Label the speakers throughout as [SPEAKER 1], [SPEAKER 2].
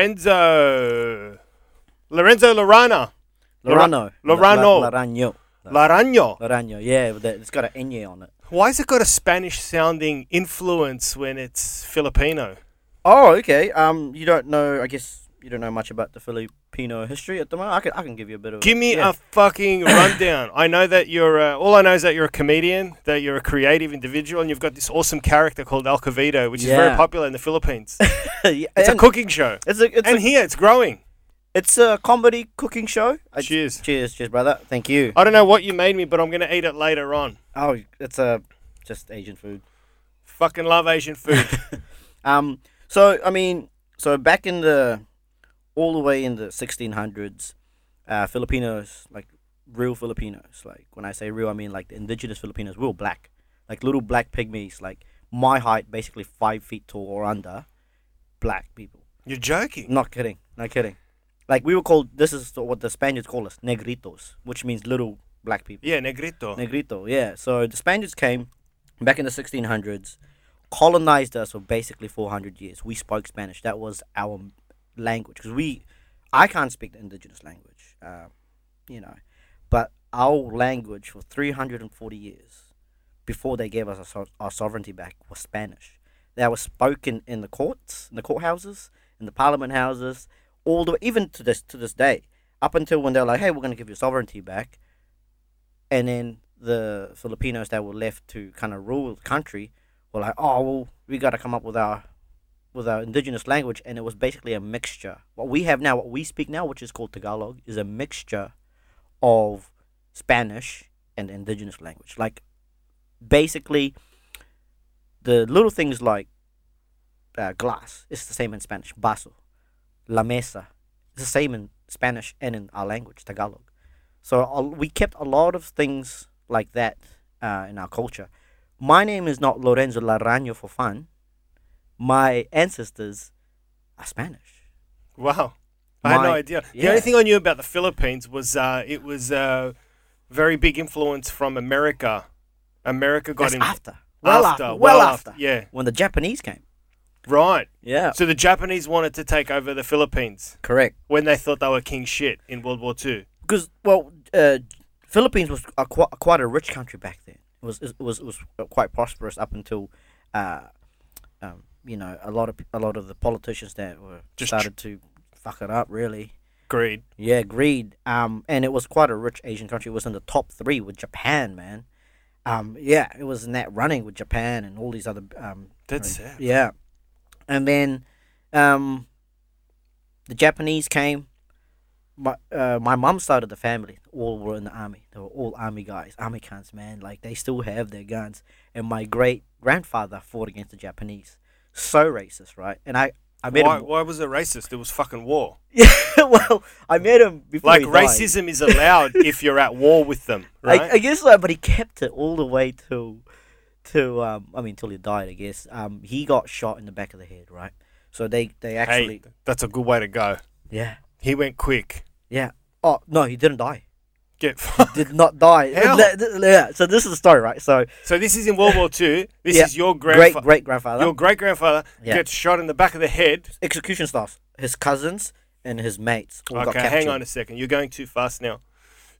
[SPEAKER 1] Lorenzo. Lorenzo Lorana.
[SPEAKER 2] Lorano.
[SPEAKER 1] Lorano.
[SPEAKER 2] La- Larano.
[SPEAKER 1] Laraño.
[SPEAKER 2] Larano. Yeah, with that- it's got an Enye on it.
[SPEAKER 1] Why has it got a Spanish sounding influence when it's Filipino?
[SPEAKER 2] Oh, okay. Um, you don't know. I guess you don't know much about the Filipino history at the moment. I can I can give you a bit of.
[SPEAKER 1] Give me
[SPEAKER 2] yeah.
[SPEAKER 1] a fucking rundown. I know that you're. Uh, all I know is that you're a comedian, that you're a creative individual, and you've got this awesome character called Alcavito, which is very
[SPEAKER 2] Yeah.
[SPEAKER 1] popular in the Philippines.
[SPEAKER 2] yeah,
[SPEAKER 1] It's a
[SPEAKER 2] and
[SPEAKER 1] cooking show,
[SPEAKER 2] It's a it's,
[SPEAKER 1] and
[SPEAKER 2] a,
[SPEAKER 1] here it's growing.
[SPEAKER 2] it's a comedy cooking show. I-
[SPEAKER 1] Cheers. Uh,
[SPEAKER 2] cheers, cheers, brother. Thank you.
[SPEAKER 1] I don't know what you made me, but I'm gonna eat it later on.
[SPEAKER 2] Oh, it's a just Asian food.
[SPEAKER 1] Fucking love Asian food.
[SPEAKER 2] Um, so I mean, so back in the all the way in the 1600s, uh, Filipinos like real Filipinos. Like when I say real, I mean like the indigenous Filipinos. We were black, like little black pygmies, like my height, basically five feet tall or under. Black people.
[SPEAKER 1] you're joking.
[SPEAKER 2] Not kidding. Not kidding. Like we were called. This is what the Spaniards call us, negritos, which means little black people.
[SPEAKER 1] Yeah, negrito.
[SPEAKER 2] Negrito, yeah. So the Spaniards came back in the 1600s, colonized us for basically 400 years. We spoke Spanish. That was our m- language because we, I can't speak the indigenous language, uh, you know, but our language for 340 years before they gave us our, so- our sovereignty back was Spanish. That was spoken in the courts, in the courthouses, in the parliament houses, all the even to this to this day. Up until when they're like, "Hey, we're going to give you sovereignty back," and then the Filipinos that were left to kind of rule the country were like, "Oh, well, we got to come up with our with our indigenous language," and it was basically a mixture. What we have now, what we speak now, which is called Tagalog, is a mixture of Spanish and indigenous language. Like, basically, the little things like uh, glass is the same in Spanish, vaso, la mesa, it's the same in Spanish and in our language, Tagalog. So uh, we kept a lot of things like that uh, in our culture. My name is not Lorenzo Larraño for fun. My ancestors are Spanish.
[SPEAKER 1] Wow. I had no
[SPEAKER 2] My-
[SPEAKER 1] idea. The
[SPEAKER 2] yeah.
[SPEAKER 1] only thing I knew about the Philippines was uh, it was a very big influence from America. America got
[SPEAKER 2] That's
[SPEAKER 1] in
[SPEAKER 2] after, well after, well, after,
[SPEAKER 1] Yeah,
[SPEAKER 2] when the Japanese came.
[SPEAKER 1] right.
[SPEAKER 2] Yeah,
[SPEAKER 1] So the Japanese wanted to take over the Philippines
[SPEAKER 2] correct.
[SPEAKER 1] when they thought they were king shit in World War Two.
[SPEAKER 2] because well, uh, Philippines was a, qu- quite a rich country back then. It was it was it was quite prosperous up until, uh, um, you know, a lot of a lot of the politicians that were
[SPEAKER 1] Just
[SPEAKER 2] started to fuck it up really.
[SPEAKER 1] Greed.
[SPEAKER 2] Yeah, greed. Um, and it was quite a rich Asian country. It was in the top three with Japan, man. Um, yeah, it was in that running with Japan and all these other um,
[SPEAKER 1] That's
[SPEAKER 2] Right.
[SPEAKER 1] it.
[SPEAKER 2] Yeah. And then um, the Japanese came. My uh, my mum started the family. All were in the army. They were all army guys, army cunts, man. Like they still have their guns. And my great grandfather fought against the Japanese. So racist, right? And I I met
[SPEAKER 1] Why,
[SPEAKER 2] him.
[SPEAKER 1] why was it racist? It was fucking war.
[SPEAKER 2] Yeah, well, I met him before.
[SPEAKER 1] Like
[SPEAKER 2] he died.
[SPEAKER 1] racism is allowed if you're at war with them, right?
[SPEAKER 2] I, I guess like, but he kept it all the way till, to um, I mean, till he died. I guess um, he got shot in the back of the head, right? So they they actually
[SPEAKER 1] hey, that's a good way to go.
[SPEAKER 2] yeah
[SPEAKER 1] He went quick.
[SPEAKER 2] yeah. Oh no, he didn't die.
[SPEAKER 1] Get.
[SPEAKER 2] Did not die.
[SPEAKER 1] How?
[SPEAKER 2] Th- th- Yeah. So this is the story, right? So
[SPEAKER 1] so this is in World War Two. This
[SPEAKER 2] Yeah.
[SPEAKER 1] is your
[SPEAKER 2] great
[SPEAKER 1] grandfather.
[SPEAKER 2] great grandfather
[SPEAKER 1] Your great grandfather
[SPEAKER 2] Yeah.
[SPEAKER 1] gets shot in the back of the head.
[SPEAKER 2] execution staff, his cousins and his mates all got
[SPEAKER 1] Okay,
[SPEAKER 2] captured.
[SPEAKER 1] hang on a second. You're going too fast now.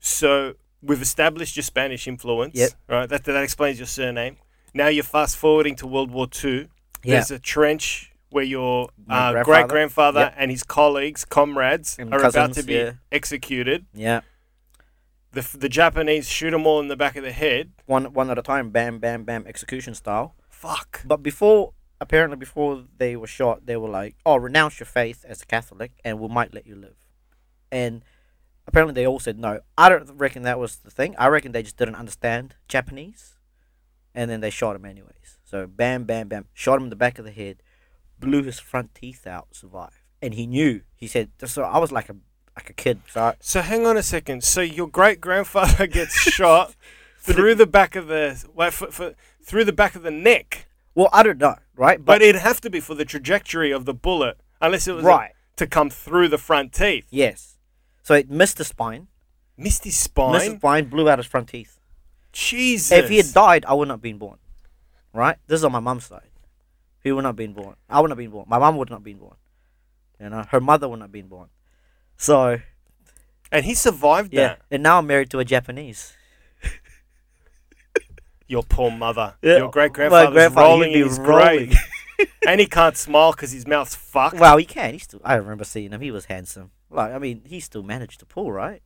[SPEAKER 1] So we've established your Spanish influence,
[SPEAKER 2] Yep.
[SPEAKER 1] right? That that explains your surname. Now you're fast forwarding to World War Two.
[SPEAKER 2] Yeah.
[SPEAKER 1] There's a trench where your
[SPEAKER 2] My
[SPEAKER 1] uh,
[SPEAKER 2] grandfather.
[SPEAKER 1] great grandfather
[SPEAKER 2] Yep.
[SPEAKER 1] and his colleagues, comrades,
[SPEAKER 2] And
[SPEAKER 1] are about
[SPEAKER 2] cousins,
[SPEAKER 1] to be
[SPEAKER 2] yeah.
[SPEAKER 1] executed.
[SPEAKER 2] Yeah.
[SPEAKER 1] The, f- the Japanese shoot them all in the back of the head.
[SPEAKER 2] One one at a time. Bam bam bam. Execution style.
[SPEAKER 1] Fuck.
[SPEAKER 2] But before, apparently, before they were shot, they were like, "Oh, renounce your faith as a Catholic, and we might let you live." And apparently, they all said no. I don't reckon that was the thing. I reckon they just didn't understand Japanese, and then they shot him anyways. So bam, bam, bam, shot him in the back of the head, blew his front teeth out, survived, and he knew. He said, "So I was like a like a kid." So I,
[SPEAKER 1] So hang on a second. So your great grandfather gets shot through the back of the well, for, for, through the back of the neck.
[SPEAKER 2] well, I don't know, right?
[SPEAKER 1] But, it'd have to be for the trajectory of the bullet, unless it was
[SPEAKER 2] Right.
[SPEAKER 1] to come through the front teeth.
[SPEAKER 2] yes, so it missed the spine.
[SPEAKER 1] Missed his
[SPEAKER 2] Missed his
[SPEAKER 1] spine.
[SPEAKER 2] spine, blew out his front teeth.
[SPEAKER 1] Jesus.
[SPEAKER 2] If he had died, I would not have been born. Right? This is on my mum's side. He would not have been born. I would not have been born. My mum would not have been born. You know, her mother would not have been born. So
[SPEAKER 1] And he survived
[SPEAKER 2] yeah,
[SPEAKER 1] that.
[SPEAKER 2] and now I'm married to a Japanese.
[SPEAKER 1] Your poor mother.
[SPEAKER 2] Yeah,
[SPEAKER 1] Your great
[SPEAKER 2] my
[SPEAKER 1] grandfather's
[SPEAKER 2] grandfather,
[SPEAKER 1] rolling
[SPEAKER 2] he'd be
[SPEAKER 1] in his
[SPEAKER 2] rolling.
[SPEAKER 1] grave. and he can't smile because his mouth's fucked.
[SPEAKER 2] Wow, he can. He's still. I remember seeing him. He was handsome. Like I mean, he still managed to pull right.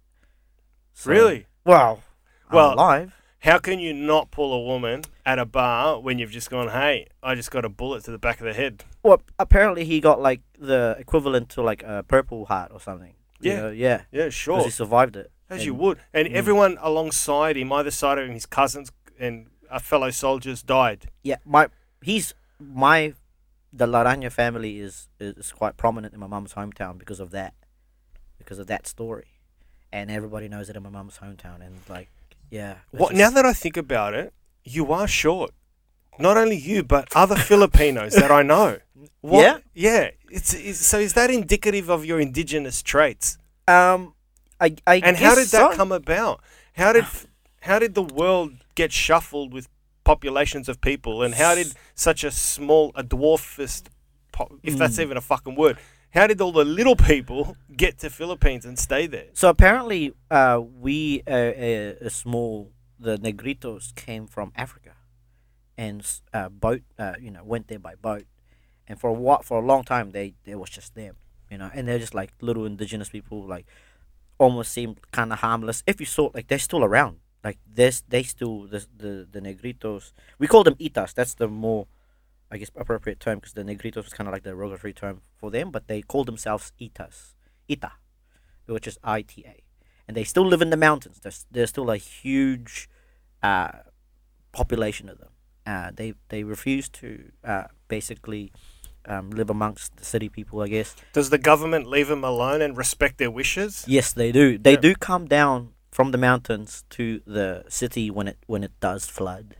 [SPEAKER 2] So-
[SPEAKER 1] really?
[SPEAKER 2] Wow. I'm
[SPEAKER 1] Well-
[SPEAKER 2] alive.
[SPEAKER 1] How can you not pull a woman at a bar when you've just gone, hey, I just got a bullet to the back of the head?
[SPEAKER 2] Well, apparently he got like the equivalent to like a Purple Heart or something. You
[SPEAKER 1] Yeah.
[SPEAKER 2] know, yeah.
[SPEAKER 1] Yeah,
[SPEAKER 2] 'Cause
[SPEAKER 1] sure.
[SPEAKER 2] he survived it.
[SPEAKER 1] As you
[SPEAKER 2] And-
[SPEAKER 1] would. And
[SPEAKER 2] Mm.
[SPEAKER 1] everyone alongside him, either side of him, his cousins and uh, fellow soldiers died.
[SPEAKER 2] Yeah, my he's my the Laranja family is is quite prominent in my mum's hometown because of that, because of that story, and everybody knows it in my mum's hometown. And like, yeah. it's
[SPEAKER 1] What,
[SPEAKER 2] just-
[SPEAKER 1] now that I think about it, you are short. Not only you, but other Filipinos that I know.
[SPEAKER 2] Yeah?
[SPEAKER 1] Yeah. It's, it's, so is that indicative of your indigenous traits?
[SPEAKER 2] um, I I
[SPEAKER 1] And how did
[SPEAKER 2] guess
[SPEAKER 1] that
[SPEAKER 2] so. Ah.
[SPEAKER 1] come about? How did how did the world get shuffled with populations of people, and how did such a small, a dwarfist, po- if that's
[SPEAKER 2] Hmm.
[SPEAKER 1] even a fucking word, how did all the little people get to Philippines and stay there?
[SPEAKER 2] So apparently, uh, we uh, a, a small the Negritos came from Africa, and s- uh, boat uh, you know went there by boat, and for a while, for a long time they they was just them, you know, and they're just like little indigenous people, like almost seemed kind of harmless. If you saw like they're still around, like this they still the the, the Negritos we call them Itas. That's the more I guess appropriate term because the Negritos was kind of like the derogatory term for them, but they call themselves Itas, Ita which is ITA, and they still live in the mountains. There's there's still a huge uh, population of them. Uh, they they refuse to uh, basically um, live amongst the city people, I guess.
[SPEAKER 1] Does the government leave them alone and respect their wishes?
[SPEAKER 2] Yes, they do. They
[SPEAKER 1] Yeah.
[SPEAKER 2] do come down from the mountains to the city when it when it does flood.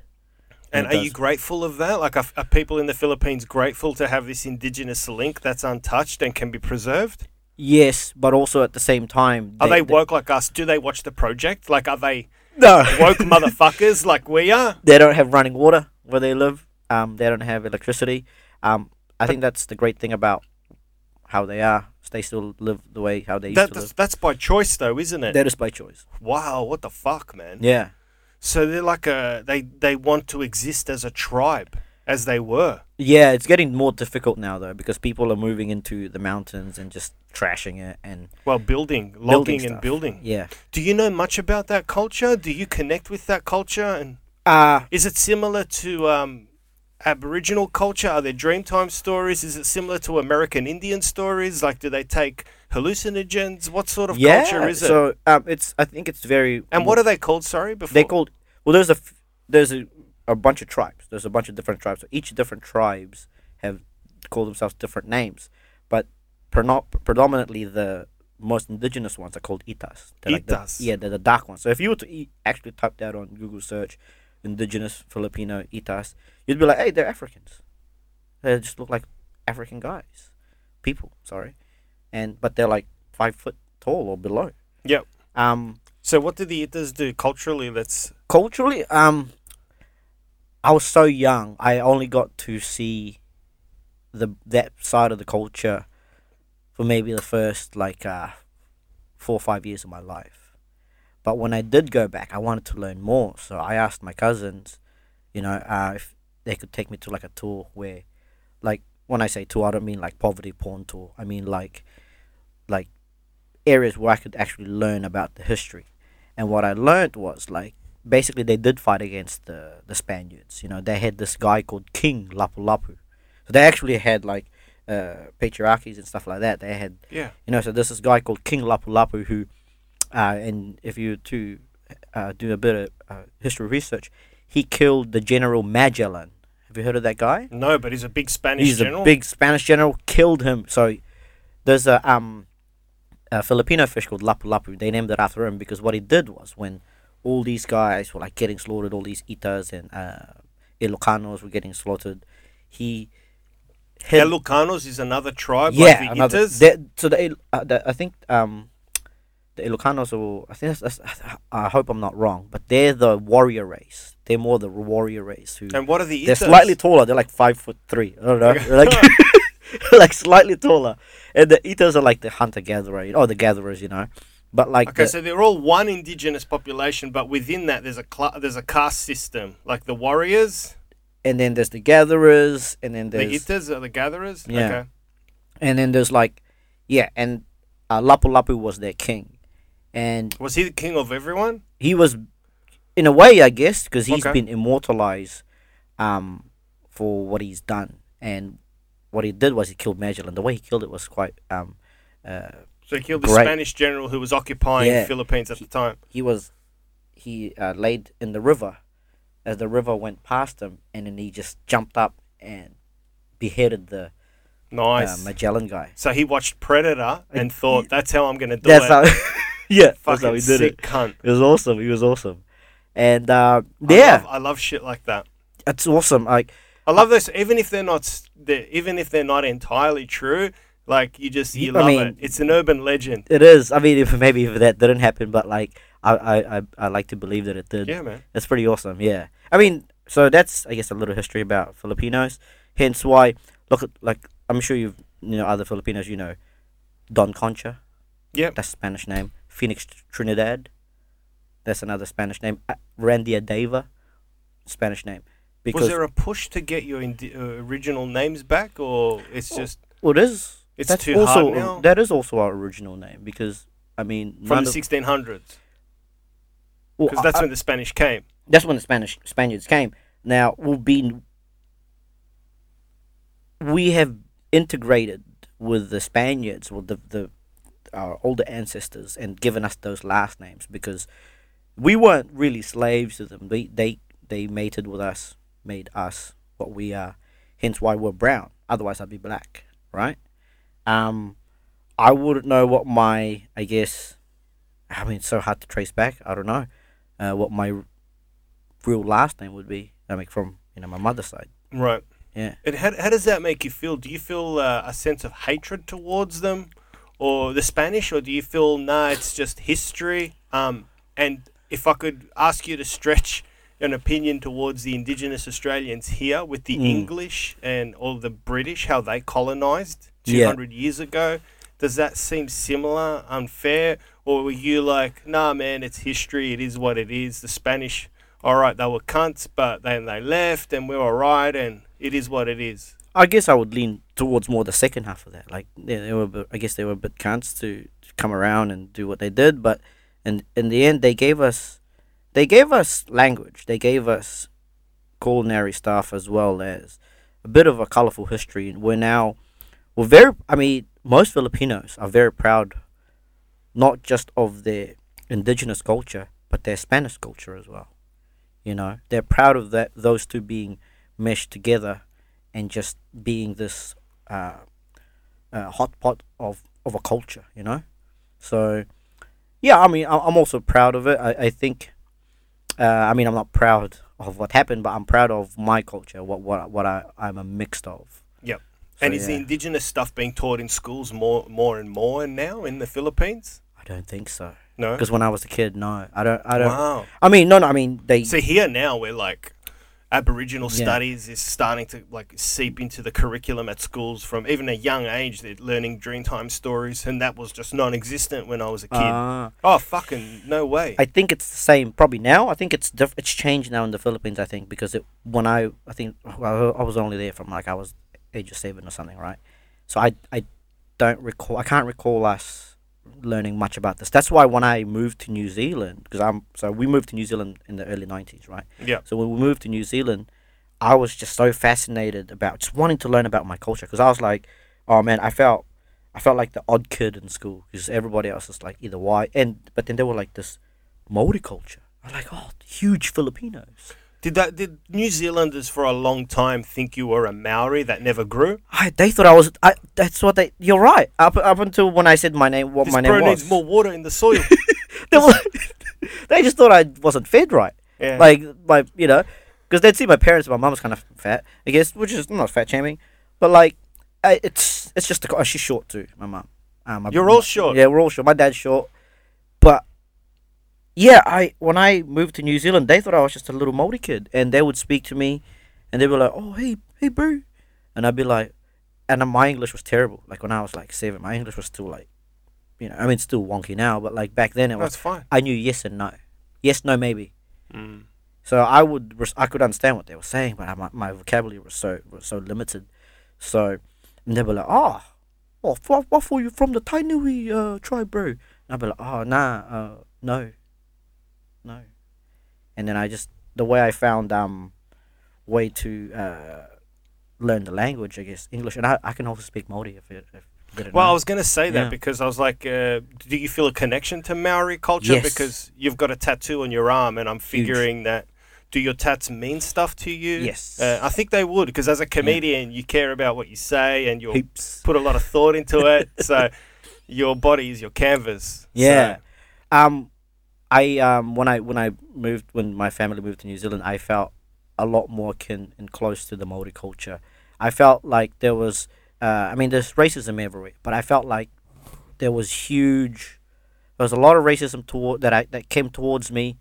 [SPEAKER 1] And
[SPEAKER 2] It
[SPEAKER 1] are you
[SPEAKER 2] does.
[SPEAKER 1] grateful of that? Like, are, are people in the Philippines grateful to have this indigenous link that's untouched and can be preserved?
[SPEAKER 2] Yes, but also at the same time,
[SPEAKER 1] Are they, woke like us? Do they watch the project? Like, are they
[SPEAKER 2] No,
[SPEAKER 1] woke motherfuckers like we are?
[SPEAKER 2] they don't have running water where they live. Um, they don't have electricity. Um, I think that's the great thing about how they are. is They still live the way how they used
[SPEAKER 1] That,
[SPEAKER 2] to
[SPEAKER 1] that's,
[SPEAKER 2] live.
[SPEAKER 1] that's by choice, though, isn't it?
[SPEAKER 2] That is by choice.
[SPEAKER 1] wow, what the fuck, man?
[SPEAKER 2] Yeah.
[SPEAKER 1] So they're like a they they want to exist as a tribe, as they were.
[SPEAKER 2] Yeah, it's getting more difficult now though because people are moving into the mountains and just trashing it and
[SPEAKER 1] Well, building,
[SPEAKER 2] building
[SPEAKER 1] logging, and
[SPEAKER 2] stuff.
[SPEAKER 1] building.
[SPEAKER 2] Yeah.
[SPEAKER 1] Do you know much about that culture? Do you connect with that culture? And
[SPEAKER 2] Uh
[SPEAKER 1] is it similar to um, Aboriginal culture? Are there Dreamtime stories? Is it similar to American Indian stories? Like, do they take hallucinogens? What sort of
[SPEAKER 2] yeah.
[SPEAKER 1] culture is it?
[SPEAKER 2] so um, it's I think it's very
[SPEAKER 1] and what are they called? Sorry, before
[SPEAKER 2] they called well there's a f- there's a, a bunch of tribes there's a bunch of different tribes so each different tribes have called themselves different names but preno- predominantly the most indigenous ones are called itas they're like the-
[SPEAKER 1] Itas.
[SPEAKER 2] yeah they're the dark ones so if you were to e- actually type that on google search indigenous filipino itas you'd be like hey they're africans they just look like african guys people sorry and but they're like five foot tall or below
[SPEAKER 1] Yep.
[SPEAKER 2] um
[SPEAKER 1] So, what do the Itas do culturally? That's
[SPEAKER 2] culturally um i was so young i only got to see the that side of the culture for maybe the first like uh four or five years of my life but when i did go back i wanted to learn more so i asked my cousins you know uh if they could take me to like a tour where like when i say tour i don't mean like poverty porn tour i mean like like areas where i could actually learn about the history and what i learned was like basically they did fight against the, the Spaniards. You know, they had this guy called King Lapu Lapu. So they actually had like uh, patriarchies and stuff like that. They had,
[SPEAKER 1] yeah.
[SPEAKER 2] you know, so there's this guy called King Lapu Lapu who, uh, and if you to uh, do a bit of uh, history research, he killed the general Magellan. Have you heard of that guy?
[SPEAKER 1] No, but he's a big Spanish
[SPEAKER 2] He's
[SPEAKER 1] general.
[SPEAKER 2] a big Spanish general. Killed him. So there's a um a Filipino fish called Lapu Lapu. They named it after him because what he did was when all these guys were like getting slaughtered, all these Itas and uh, Ilocanos were getting slaughtered. He hid-
[SPEAKER 1] Ilocanos is another tribe.
[SPEAKER 2] yeah,
[SPEAKER 1] like the
[SPEAKER 2] another-
[SPEAKER 1] Itas.
[SPEAKER 2] they- so the, Il- uh, the I think um, the Ilocanos, or I think that's, that's, I hope I'm not wrong, but they're the warrior race. They're more the warrior race who
[SPEAKER 1] and what are the Itas?
[SPEAKER 2] they're slightly taller. They're like five foot three. I don't know. Like, like slightly taller. And the Itos are like the hunter gatherer, or the gatherers, you know. But like
[SPEAKER 1] Okay,
[SPEAKER 2] the-
[SPEAKER 1] so they're all one indigenous population, but within that there's a cla there's a caste system, like the warriors,
[SPEAKER 2] and then there's the gatherers, and then
[SPEAKER 1] the
[SPEAKER 2] there's
[SPEAKER 1] itas, are the gatherers.
[SPEAKER 2] Yeah.
[SPEAKER 1] Okay.
[SPEAKER 2] and then there's like, yeah, and uh, Lapu Lapu was their king, and
[SPEAKER 1] Was he the king of everyone?
[SPEAKER 2] he was, in a way, I guess, because he's
[SPEAKER 1] Okay.
[SPEAKER 2] been immortalized, um, for what he's done, and what he did was he killed Magellan. The way he killed it was quite, um, uh,
[SPEAKER 1] So he killed the
[SPEAKER 2] Great.
[SPEAKER 1] Spanish general who was occupying
[SPEAKER 2] Yeah.
[SPEAKER 1] the Philippines at the time.
[SPEAKER 2] he was, he uh, laid in the river, as the river went past him, and then he just jumped up and beheaded the uh,
[SPEAKER 1] Nice.
[SPEAKER 2] Magellan guy.
[SPEAKER 1] so he watched Predator and thought, "That's how I'm gonna do
[SPEAKER 2] That's
[SPEAKER 1] it."
[SPEAKER 2] how, yeah, that's
[SPEAKER 1] Fucking
[SPEAKER 2] how he did
[SPEAKER 1] sick
[SPEAKER 2] it.
[SPEAKER 1] cunt.
[SPEAKER 2] It was awesome. He was awesome, and uh,
[SPEAKER 1] I
[SPEAKER 2] yeah,
[SPEAKER 1] love, I love shit like that.
[SPEAKER 2] it's awesome. Like
[SPEAKER 1] I love this, even if they're not, s- they're, even if they're not entirely true. Like you just, you
[SPEAKER 2] I
[SPEAKER 1] love
[SPEAKER 2] mean-
[SPEAKER 1] it. It's an urban legend.
[SPEAKER 2] it is. I mean, if maybe if that didn't happen, but like I, I, I, I like to believe that it did.
[SPEAKER 1] Yeah, man.
[SPEAKER 2] That's pretty awesome. Yeah. I mean, so that's I guess a little history about Filipinos. Hence why look at like I'm sure you've you know other Filipinos you know, Don Concha.
[SPEAKER 1] Yep.
[SPEAKER 2] That's a Spanish name. Phoenix Trinidad. That's another Spanish name. Uh, Randy Adeva, Spanish name. Because
[SPEAKER 1] Was there a push to get your indi- uh, original names back, or it's
[SPEAKER 2] Oh,
[SPEAKER 1] just
[SPEAKER 2] well, it is.
[SPEAKER 1] it's
[SPEAKER 2] that's
[SPEAKER 1] too
[SPEAKER 2] also
[SPEAKER 1] hard now?
[SPEAKER 2] that is also our original name because I mean
[SPEAKER 1] from
[SPEAKER 2] none
[SPEAKER 1] the
[SPEAKER 2] of-
[SPEAKER 1] 1600s?
[SPEAKER 2] well,
[SPEAKER 1] Because
[SPEAKER 2] I-
[SPEAKER 1] that's when the Spanish came.
[SPEAKER 2] that's when the Spanish Spaniards came. Now we've been we have integrated with the Spaniards, with the, the our older ancestors, and given us those last names because we weren't really slaves to them. They they they mated with us, made us what we are. Hence why we're brown. Otherwise, I'd be black, right? Um, I wouldn't know what my I guess. I mean, it's so hard to trace back. I don't know uh, what my real last name would be. I mean, from you know my mother's side.
[SPEAKER 1] Right.
[SPEAKER 2] Yeah.
[SPEAKER 1] And how, how does that make you feel? Do you feel uh, a sense of hatred towards them or the Spanish, or do you feel, nah, it's just history? Um, and if I could ask you to stretch an opinion towards the Indigenous Australians here with the English and all the British, how they colonized
[SPEAKER 2] Yeah.
[SPEAKER 1] 200 years ago, does that seem similar, unfair? Or were you like, nah, man, it's history, it is what it is? The Spanish all right, they were cunts, but then they left, and we were right, and it is what it is.
[SPEAKER 2] I guess I would lean towards more the second half of that. Like they, they were, a bit- I guess they were a bit cunts to, to come around and do what they did, but and in the end they gave us, they gave us language. They gave us culinary stuff as well as a bit of a colorful history. And we're now, we're very. I mean, most Filipinos are very proud, not just of their indigenous culture, but their Spanish culture as well. You know, they're proud of that. Those two being meshed together and just being this uh, uh, hot pot of, of a culture, you know. So, yeah, I mean, I- I'm also proud of it. I, I think, uh, I mean, I'm not proud of what happened, but I'm proud of my culture, what what what I I'm a mixed of.
[SPEAKER 1] Yep.
[SPEAKER 2] So,
[SPEAKER 1] and is the
[SPEAKER 2] yeah.
[SPEAKER 1] indigenous stuff being taught in schools more, more and more now in the Philippines?
[SPEAKER 2] I don't think so.
[SPEAKER 1] No.
[SPEAKER 2] Because when I was a kid, no, I don't, I don't.
[SPEAKER 1] Wow.
[SPEAKER 2] I mean, no, no, I mean they.
[SPEAKER 1] So here now we're like Aboriginal
[SPEAKER 2] Yeah.
[SPEAKER 1] studies is starting to like seep into the curriculum at schools from even a young age. They're learning Dreamtime stories, and that was just non-existent when I was a kid.
[SPEAKER 2] Ah.
[SPEAKER 1] oh fucking no way!
[SPEAKER 2] I think it's the same probably now. I think it's diff- it's changed now in the Philippines. I think because it when I I think well, I was only there from like I was age of seven or something, right? So I I don't recall. I can't recall us learning much about this. That's why when I moved to New Zealand, because I'm so we moved to New Zealand in the early nineties, right?
[SPEAKER 1] yeah.
[SPEAKER 2] So when we moved to New Zealand, I was just so fascinated about just wanting to learn about my culture because I was like, oh man, I felt I felt like the odd kid in school because everybody else is like either white and but then they were like this Maori culture. I was like, oh, huge Filipinos.
[SPEAKER 1] Did that? Did New Zealanders for a long time think you were a Maori that never grew?
[SPEAKER 2] I, they thought I was. I, that's what they. You're right. Up up until when I said my name, what
[SPEAKER 1] This
[SPEAKER 2] my
[SPEAKER 1] bro
[SPEAKER 2] name was,
[SPEAKER 1] needs more water in the soil.
[SPEAKER 2] they, were, they just thought I wasn't fed right.
[SPEAKER 1] Yeah.
[SPEAKER 2] Like my, you know, because they'd see my parents. My mum's kind of fat, I guess, which is I'm not fat shaming, but like, I, it's it's just the co- oh, she's short too. My mum. Um, my-
[SPEAKER 1] You're all
[SPEAKER 2] my-
[SPEAKER 1] short.
[SPEAKER 2] Yeah, we're all short. My dad's short, but yeah, I when I moved to New Zealand, they thought I was just a little Maori kid, and they would speak to me, and they were like, "Oh, hey, hey, bro," and I'd be like, and uh, my English was terrible. Like when I was like seven, my English was still like, you know, I mean, it's still wonky now, but like back then it was.
[SPEAKER 1] That's fine.
[SPEAKER 2] I knew yes and no, yes, no, maybe.
[SPEAKER 1] Mm.
[SPEAKER 2] So I would res- I could understand what they were saying, but I, my, my vocabulary was so was so limited. So and they were like, "Oh, what what, what for you from the Tainui uh, tribe, bro?" And I'd be like, "Oh, nah, uh, no, no." And then I just the way I found um way to uh, learn the language, I guess English, and I, I can also speak Maori if it. If you didn't
[SPEAKER 1] Well, I
[SPEAKER 2] know.
[SPEAKER 1] was going to say that
[SPEAKER 2] Yeah.
[SPEAKER 1] because I was like, uh, do you feel a connection to Maori culture?
[SPEAKER 2] Yes.
[SPEAKER 1] Because you've got a tattoo on your arm, and I'm figuring that do your tats mean stuff to you?
[SPEAKER 2] Yes.
[SPEAKER 1] Uh, I think they would because as a comedian, you care about what you say and you will
[SPEAKER 2] heaps.
[SPEAKER 1] put a lot of thought into it. so your body is your canvas.
[SPEAKER 2] Yeah.
[SPEAKER 1] So,
[SPEAKER 2] Um, I um when I when I moved when my family moved to New Zealand, I felt a lot more kin and close to the Maori culture. I felt like there was, uh, I mean, there's racism everywhere, but I felt like there was huge, there was a lot of racism toward that I that came towards me,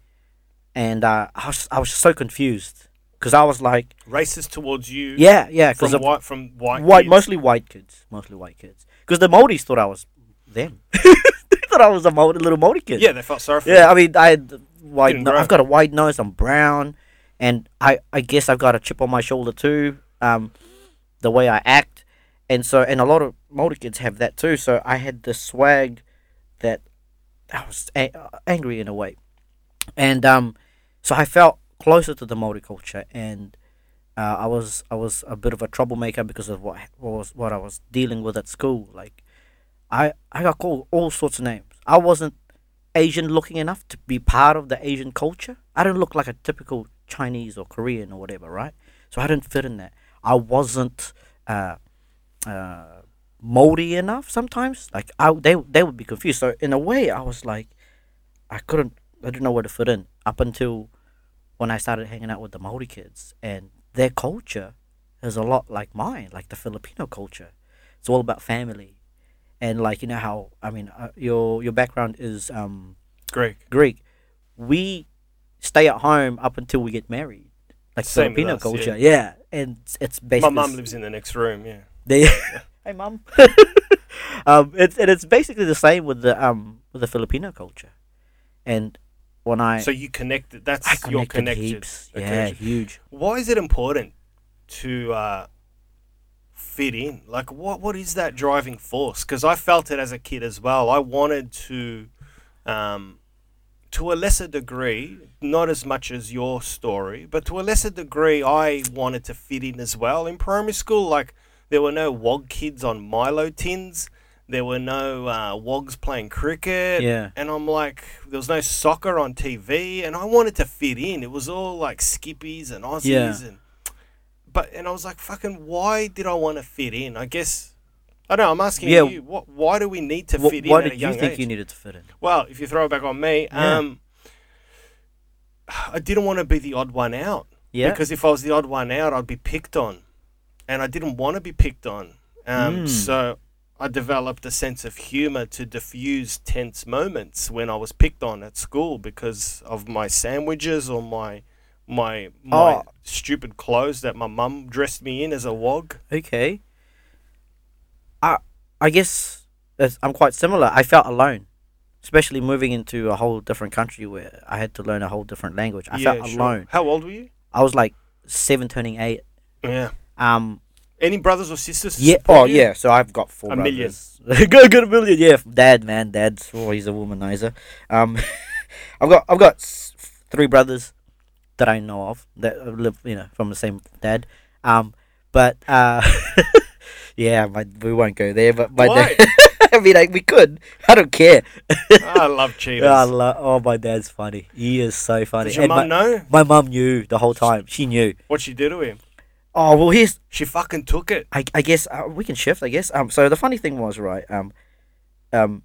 [SPEAKER 2] and uh, I was I was so confused because I was like,
[SPEAKER 1] racist towards you.
[SPEAKER 2] yeah, yeah,
[SPEAKER 1] From
[SPEAKER 2] because of
[SPEAKER 1] white, from white,
[SPEAKER 2] white,
[SPEAKER 1] kids.
[SPEAKER 2] mostly white kids, mostly white kids, because the Maoris thought I was them. they thought I was a Maori, little Maori kid.
[SPEAKER 1] Yeah, they felt sorry for
[SPEAKER 2] Yeah, I mean, I had wide.
[SPEAKER 1] Didn't
[SPEAKER 2] No-
[SPEAKER 1] grow.
[SPEAKER 2] I've got a wide nose. I'm brown, and I I guess I've got a chip on my shoulder too. Um, the way I act, and so and a lot of Maori kids have that too. So I had this swag that I was a- uh, angry in a way, and um, so I felt closer to the Maori culture, and uh, I was I was a bit of a troublemaker because of what what was what I was dealing with at school. Like, I I got called all sorts of names. I wasn't Asian looking enough to be part of the Asian culture. I didn't look like a typical Chinese or Korean or whatever, right? So I didn't fit in that. I wasn't uh, uh, moldy enough sometimes. Like I, they they would be confused. So in a way, I was like, I couldn't, I didn't know where to fit in up until when I started hanging out with the Maori kids and their culture is a lot like mine, like the Filipino culture. It's all about family, and like you know how I mean, uh, your your background is um,
[SPEAKER 1] Greek.
[SPEAKER 2] Greek, we stay at home up until we get married. Like
[SPEAKER 1] Same with
[SPEAKER 2] Filipino
[SPEAKER 1] us,
[SPEAKER 2] culture, yeah. And it's- it's
[SPEAKER 1] My
[SPEAKER 2] basically
[SPEAKER 1] mum lives in the next room. Yeah.
[SPEAKER 2] They, hey, mum. um, it's and it's basically the same with the um with the Filipino culture, and when I
[SPEAKER 1] So you connected. That's
[SPEAKER 2] I
[SPEAKER 1] your
[SPEAKER 2] connected
[SPEAKER 1] connection.
[SPEAKER 2] heaps,
[SPEAKER 1] a
[SPEAKER 2] yeah,
[SPEAKER 1] connection.
[SPEAKER 2] huge.
[SPEAKER 1] why is it important to uh, fit in? Like, what what is that driving force? Because I felt it as a kid as well. I wanted to, um, to a lesser degree, not as much as your story, but to a lesser degree, I wanted to fit in as well. In primary school, like there were no wog kids on Milo tins. There were no uh, wogs playing cricket
[SPEAKER 2] Yeah.
[SPEAKER 1] and I'm like, there was no soccer on TV, and I wanted to fit in. It was all like Skippies and Aussies,
[SPEAKER 2] Yeah.
[SPEAKER 1] and but and I was like, fucking, why did I want to fit in? I guess I don't know. I'm asking
[SPEAKER 2] Yeah.
[SPEAKER 1] you, what? Why do we need to
[SPEAKER 2] Wh-
[SPEAKER 1] fit
[SPEAKER 2] why
[SPEAKER 1] in at a
[SPEAKER 2] did you
[SPEAKER 1] young
[SPEAKER 2] think
[SPEAKER 1] age?
[SPEAKER 2] you needed to fit in?
[SPEAKER 1] well, if you throw it back on me,
[SPEAKER 2] Yeah.
[SPEAKER 1] um, I didn't want to be the odd one out.
[SPEAKER 2] Yeah,
[SPEAKER 1] Because if I was the odd one out, I'd be picked on. And I didn't want to be picked on. Um,
[SPEAKER 2] Mm.
[SPEAKER 1] So I developed a sense of humor to diffuse tense moments when I was picked on at school because of my sandwiches or my my my
[SPEAKER 2] Oh.
[SPEAKER 1] stupid clothes that my mum dressed me in as a wog.
[SPEAKER 2] okay. I I guess that's, I'm quite similar. I felt alone, especially moving into a whole different country where I had to learn a whole different language. I felt
[SPEAKER 1] sure.
[SPEAKER 2] alone.
[SPEAKER 1] How old were you?
[SPEAKER 2] I was like seven, turning eight.
[SPEAKER 1] Yeah.
[SPEAKER 2] Um,
[SPEAKER 1] Any brothers or sisters? to
[SPEAKER 2] yeah.
[SPEAKER 1] support
[SPEAKER 2] Oh,
[SPEAKER 1] you?
[SPEAKER 2] yeah. So I've got four
[SPEAKER 1] A million.
[SPEAKER 2] brothers. good, good, a million. Yeah, dad, man, dad. Oh, he's a womanizer. Um, I've got, I've got s- three brothers that I know of that live, you know, from the same dad. Um, but uh, yeah, my, we won't go there. But my
[SPEAKER 1] Why?
[SPEAKER 2] dad, I mean, like, we could. I don't care.
[SPEAKER 1] I love cheaters.
[SPEAKER 2] I lo- oh, my dad's funny. He is so funny.
[SPEAKER 1] Did your
[SPEAKER 2] And
[SPEAKER 1] mum
[SPEAKER 2] my,
[SPEAKER 1] know
[SPEAKER 2] my mum knew the whole time. She knew.
[SPEAKER 1] what she did to him?
[SPEAKER 2] Oh well, here's
[SPEAKER 1] She fucking took it.
[SPEAKER 2] I, I guess uh, we can shift. I guess. Um. So the funny thing was right. Um, um,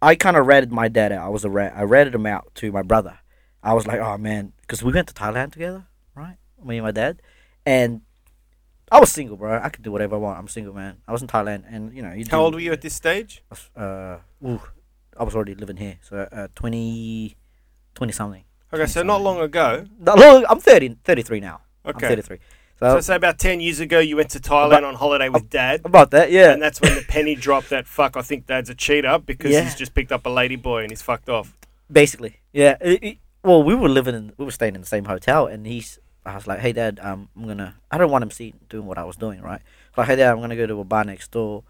[SPEAKER 2] I kind of ratted my dad out. I was a rat. I ratted him out to my brother. I was like, oh man, because we went to Thailand together, right? Me and my dad, and I was single, bro. I could do whatever I want. I'm single, man. I was in Thailand, and you know, you
[SPEAKER 1] How
[SPEAKER 2] do-
[SPEAKER 1] old were you at this stage?
[SPEAKER 2] Uh, ooh, I was already living here, so uh, 20, 20 something.
[SPEAKER 1] Okay, so not long ago.
[SPEAKER 2] No, look, I'm Oh. 30, 33 now. I'm
[SPEAKER 1] Okay.
[SPEAKER 2] 33.
[SPEAKER 1] So
[SPEAKER 2] So,
[SPEAKER 1] say about ten years ago, you went to Thailand on holiday with dad,
[SPEAKER 2] about that, yeah.
[SPEAKER 1] and that's when the penny dropped. That fuck, I think dad's a cheater because
[SPEAKER 2] Yeah.
[SPEAKER 1] he's just picked up a lady boy and he's fucked off.
[SPEAKER 2] Basically, yeah. It- it- well, we were living in, we were staying in the same hotel, and he's. I was like, hey dad, um, I'm gonna. I don't want him see doing what I was doing, right? So like, hey dad, I'm gonna go to a bar next door.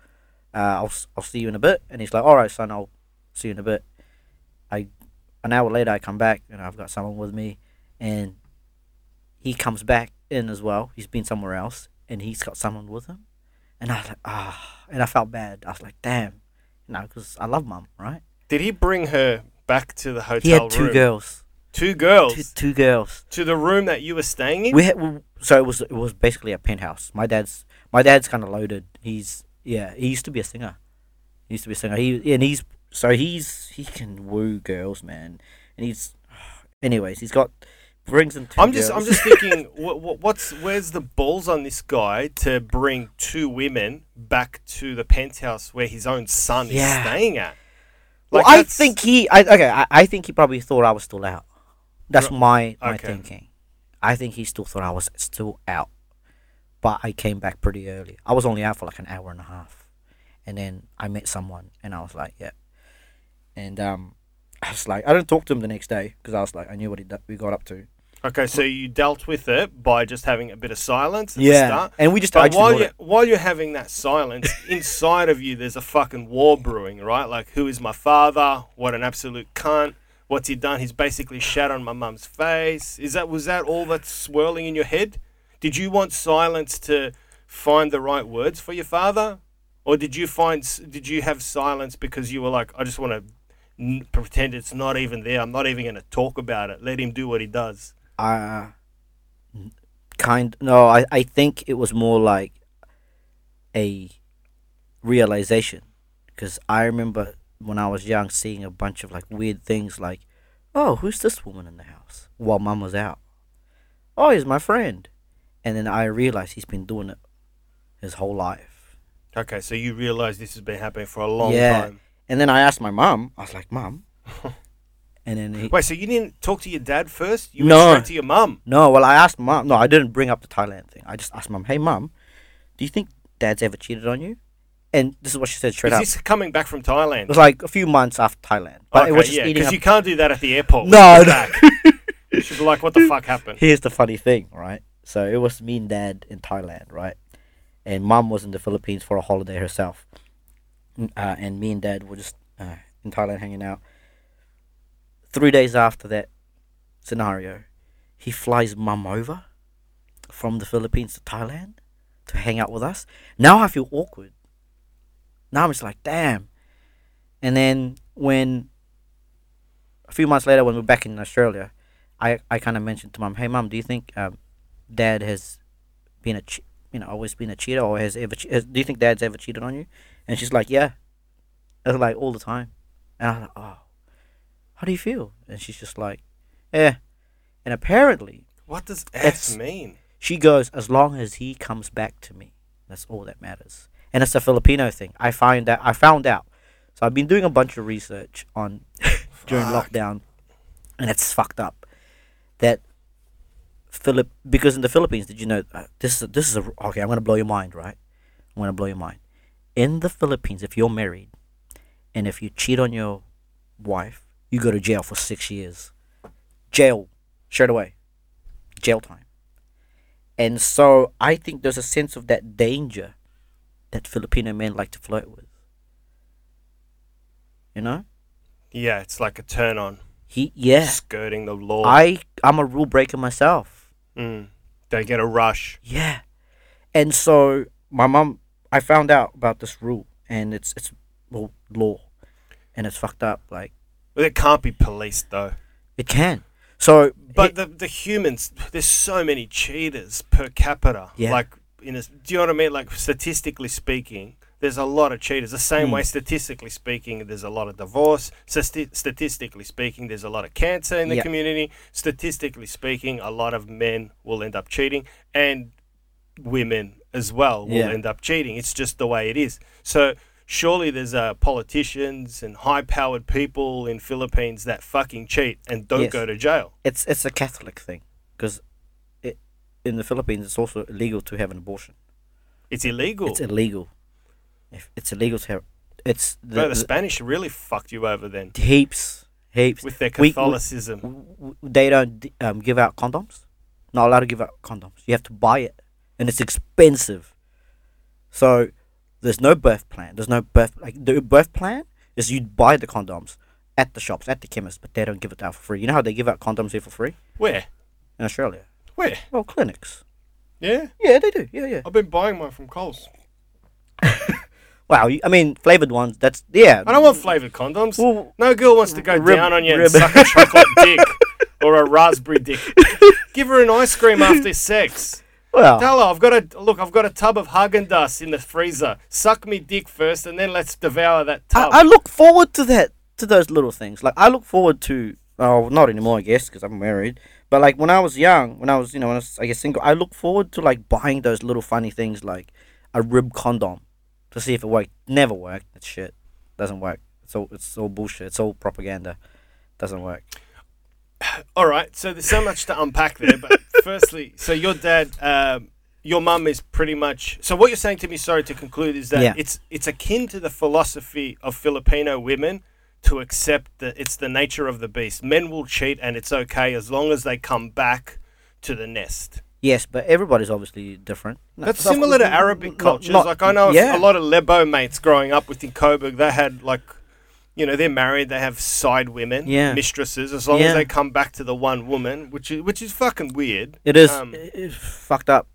[SPEAKER 2] Uh, I'll s- I'll see you in a bit, and he's like, all right, son, I'll see you in a bit. I, an hour later, I come back and I've got someone with me, and he comes back in as well. He's been somewhere else, and he's got someone with him, and I was like, ah, and I felt bad. I was like, damn, you know, 'cause I love mum, right?
[SPEAKER 1] Did he bring her back to the hotel
[SPEAKER 2] He had two
[SPEAKER 1] room?
[SPEAKER 2] girls.
[SPEAKER 1] Two girls
[SPEAKER 2] two, two girls.
[SPEAKER 1] to the room that you were staying in.
[SPEAKER 2] We had, we- so it was it was basically a penthouse. My dad's my dad's kind of loaded. He's yeah. He used to be a singer. He used to be a singer. He and he's so he's he can woo girls, man. And he's anyways. He's got brings in two.
[SPEAKER 1] I'm just, I'm
[SPEAKER 2] girls.
[SPEAKER 1] just thinking, what, what, what's, where's the balls on this guy to bring two women back to the penthouse where his own son
[SPEAKER 2] Yeah.
[SPEAKER 1] is staying at?
[SPEAKER 2] well,
[SPEAKER 1] Like,
[SPEAKER 2] I
[SPEAKER 1] that's-
[SPEAKER 2] think he. I okay. I, I think he probably thought I was still out. That's my my
[SPEAKER 1] okay.
[SPEAKER 2] thinking. I think he still thought I was still out, but I came back pretty early. I was only out for like an hour and a half, and then I met someone, and I was like, yeah. And um, I was like, I didn't talk to him the next day because I was like, I knew what he, we got up to.
[SPEAKER 1] Okay, so you dealt with it by just having a bit of silence at the start.
[SPEAKER 2] and we just
[SPEAKER 1] But
[SPEAKER 2] I just
[SPEAKER 1] while
[SPEAKER 2] ignored
[SPEAKER 1] you
[SPEAKER 2] it.
[SPEAKER 1] while you're having that silence inside of you, there's a fucking war brewing, right? Like, who is my father? What an absolute cunt! What's he done? He's basically shat on my mum's face. Is that was that all that's swirling in your head? Did you want silence to find the right words for your father, or did you find s- did you have silence because you were like, I just want to n- pretend it's not even there. I'm not even going to talk about it. Let him do what he does.
[SPEAKER 2] uh n- kind no I, I think it was more like a realization because i remember when i was young seeing a bunch of like weird things like oh who's this woman in the house while mum was out oh he's my friend and then i realized he's been doing it his whole life
[SPEAKER 1] Okay, so you realize this has been happening for a long
[SPEAKER 2] Yeah.
[SPEAKER 1] time.
[SPEAKER 2] and then i asked my mum i was like mum and then he
[SPEAKER 1] Mm. Wait, so you didn't talk to your dad first? You
[SPEAKER 2] No.
[SPEAKER 1] went straight to your mum.
[SPEAKER 2] No, well, I asked mom. No, I didn't bring up the Thailand thing. I just asked mom, "Hey, mom, do you think dad's ever cheated on you?" And this is what she said straight
[SPEAKER 1] Is
[SPEAKER 2] up.
[SPEAKER 1] this coming back from
[SPEAKER 2] It
[SPEAKER 1] Thailand?
[SPEAKER 2] was like a few months after Thailand, but it was just
[SPEAKER 1] yeah,
[SPEAKER 2] eating
[SPEAKER 1] because
[SPEAKER 2] up.
[SPEAKER 1] you can't do that at the airport. when
[SPEAKER 2] No,
[SPEAKER 1] you
[SPEAKER 2] no.
[SPEAKER 1] get back. you should be like, what the fuck happened?
[SPEAKER 2] Here's the funny thing, right? So it was me and dad in Thailand, right? And mom was in the Philippines for a holiday herself, N- uh, and me and dad were just uh, in Thailand hanging out. Three days after that scenario, he flies mum over from the Philippines to Thailand to hang out with us. Now I feel awkward. Now I'm just like, damn. And then when a few months later, when we're back in Australia, I, I kind of mentioned to mom, hey mom, do you think um, dad has been a che- you know always been a cheater or has ever che- has, do you think dad's ever cheated on you? And she's like, yeah, I was like all the time. And I was like, oh, how do you feel? And she's just like, yeah. And apparently,
[SPEAKER 1] What does
[SPEAKER 2] It's-
[SPEAKER 1] S mean?
[SPEAKER 2] she goes, as long as he comes back to me, that's all that matters. And it's a Filipino thing. I find that I found out. So I've been doing a bunch of research on during
[SPEAKER 1] Fuck.
[SPEAKER 2] lockdown, and it's fucked up. That Philip, because in the Philippines, did you know uh, this is this is a okay? I'm gonna blow your mind, right? I'm gonna blow your mind. In the Philippines, if you're married, and if you cheat on your wife, you go to jail for six years. Jail, straight away. Jail time. And so I think there's a sense of that danger that Filipino men like to flirt with. You know?
[SPEAKER 1] Yeah, it's like a turn on,
[SPEAKER 2] He yeah.
[SPEAKER 1] skirting the law.
[SPEAKER 2] Eh. I I'm a rule breaker myself.
[SPEAKER 1] Mm. They get a rush.
[SPEAKER 2] Yeah. And so my mom I found out about this rule and it's it's well, law. And it's fucked up like
[SPEAKER 1] But it can't be policed though.
[SPEAKER 2] it can. So
[SPEAKER 1] But the the humans, there's so many cheaters per capita.
[SPEAKER 2] Yeah.
[SPEAKER 1] Like in a, do you know what I mean? Like statistically speaking, there's a lot of cheaters. The
[SPEAKER 2] Hmm.
[SPEAKER 1] same way statistically speaking, there's a lot of divorce. Stati- statistically speaking, there's a lot of cancer in the
[SPEAKER 2] Yeah.
[SPEAKER 1] community. Statistically speaking, a lot of men will end up cheating and women as well will
[SPEAKER 2] Yeah.
[SPEAKER 1] end up cheating. It's just the way it is. So surely there's uh, politicians and high-powered people in Philippines that fucking cheat and don't
[SPEAKER 2] Yes.
[SPEAKER 1] go to jail.
[SPEAKER 2] it's it's a Catholic thing because it, in the Philippines, it's also illegal to have an abortion.
[SPEAKER 1] It's illegal.
[SPEAKER 2] It's illegal. If it's illegal to have, it's the,
[SPEAKER 1] Bro, the Spanish really fucked you over then
[SPEAKER 2] the- heaps, heaps.
[SPEAKER 1] with their
[SPEAKER 2] We- we-
[SPEAKER 1] Catholicism.
[SPEAKER 2] w- w- they don't d- um, give out condoms. Not allowed to give out condoms. You have to buy it, and it's expensive. So there's no birth plan. There's no birth like the birth plan is you buy the condoms at the shops at the chemist, but they don't give it out for free. You know how they give out condoms here for free
[SPEAKER 1] Where?
[SPEAKER 2] in Australia?
[SPEAKER 1] Where?
[SPEAKER 2] Well, clinics.
[SPEAKER 1] Yeah,
[SPEAKER 2] Yeah, they do. Yeah, yeah.
[SPEAKER 1] I've been buying mine from Coles.
[SPEAKER 2] Wow. you- I mean, flavored ones. That's yeah.
[SPEAKER 1] I don't want flavored condoms.
[SPEAKER 2] Well,
[SPEAKER 1] no girl wants to go
[SPEAKER 2] rib-
[SPEAKER 1] down on you and
[SPEAKER 2] rib-
[SPEAKER 1] suck a chocolate dick or a raspberry dick. Give her an ice cream after sex.
[SPEAKER 2] well,
[SPEAKER 1] Tell her I've got a look. I've got a tub of Haagen Dazs in the freezer. Suck me dick first, and then let's devour that tub.
[SPEAKER 2] I, I look forward to that to those little things. Like I look forward to oh not anymore I guess because I'm married. But like when I was young, when I was you know when I was I guess single, I look forward to like buying those little funny things like a rib condom to see if it worked. Never worked. It's shit. Doesn't work. It's all it's all bullshit. It's all propaganda. Doesn't work.
[SPEAKER 1] All right, so there's so much to unpack there. But firstly, so your dad, um, your mum is pretty much. So what you're saying to me, sorry to conclude, is that
[SPEAKER 2] Yeah.
[SPEAKER 1] it's it's akin to the philosophy of Filipino women to accept that it's the nature of the beast. Men will cheat, and it's okay as long as they come back to the nest.
[SPEAKER 2] Yes, but everybody's obviously different. No,
[SPEAKER 1] That's
[SPEAKER 2] not-
[SPEAKER 1] similar to
[SPEAKER 2] n- n-
[SPEAKER 1] Arabic
[SPEAKER 2] not-
[SPEAKER 1] cultures.
[SPEAKER 2] not-
[SPEAKER 1] like I know
[SPEAKER 2] yeah.
[SPEAKER 1] a lot of Lebo mates growing up within Coburg. They had like, you know, they're married. They have side women,
[SPEAKER 2] Yeah.
[SPEAKER 1] mistresses. As long as
[SPEAKER 2] Yeah.
[SPEAKER 1] they come back to the one woman, which is which is fucking weird.
[SPEAKER 2] It is
[SPEAKER 1] um,
[SPEAKER 2] it- it's fucked up.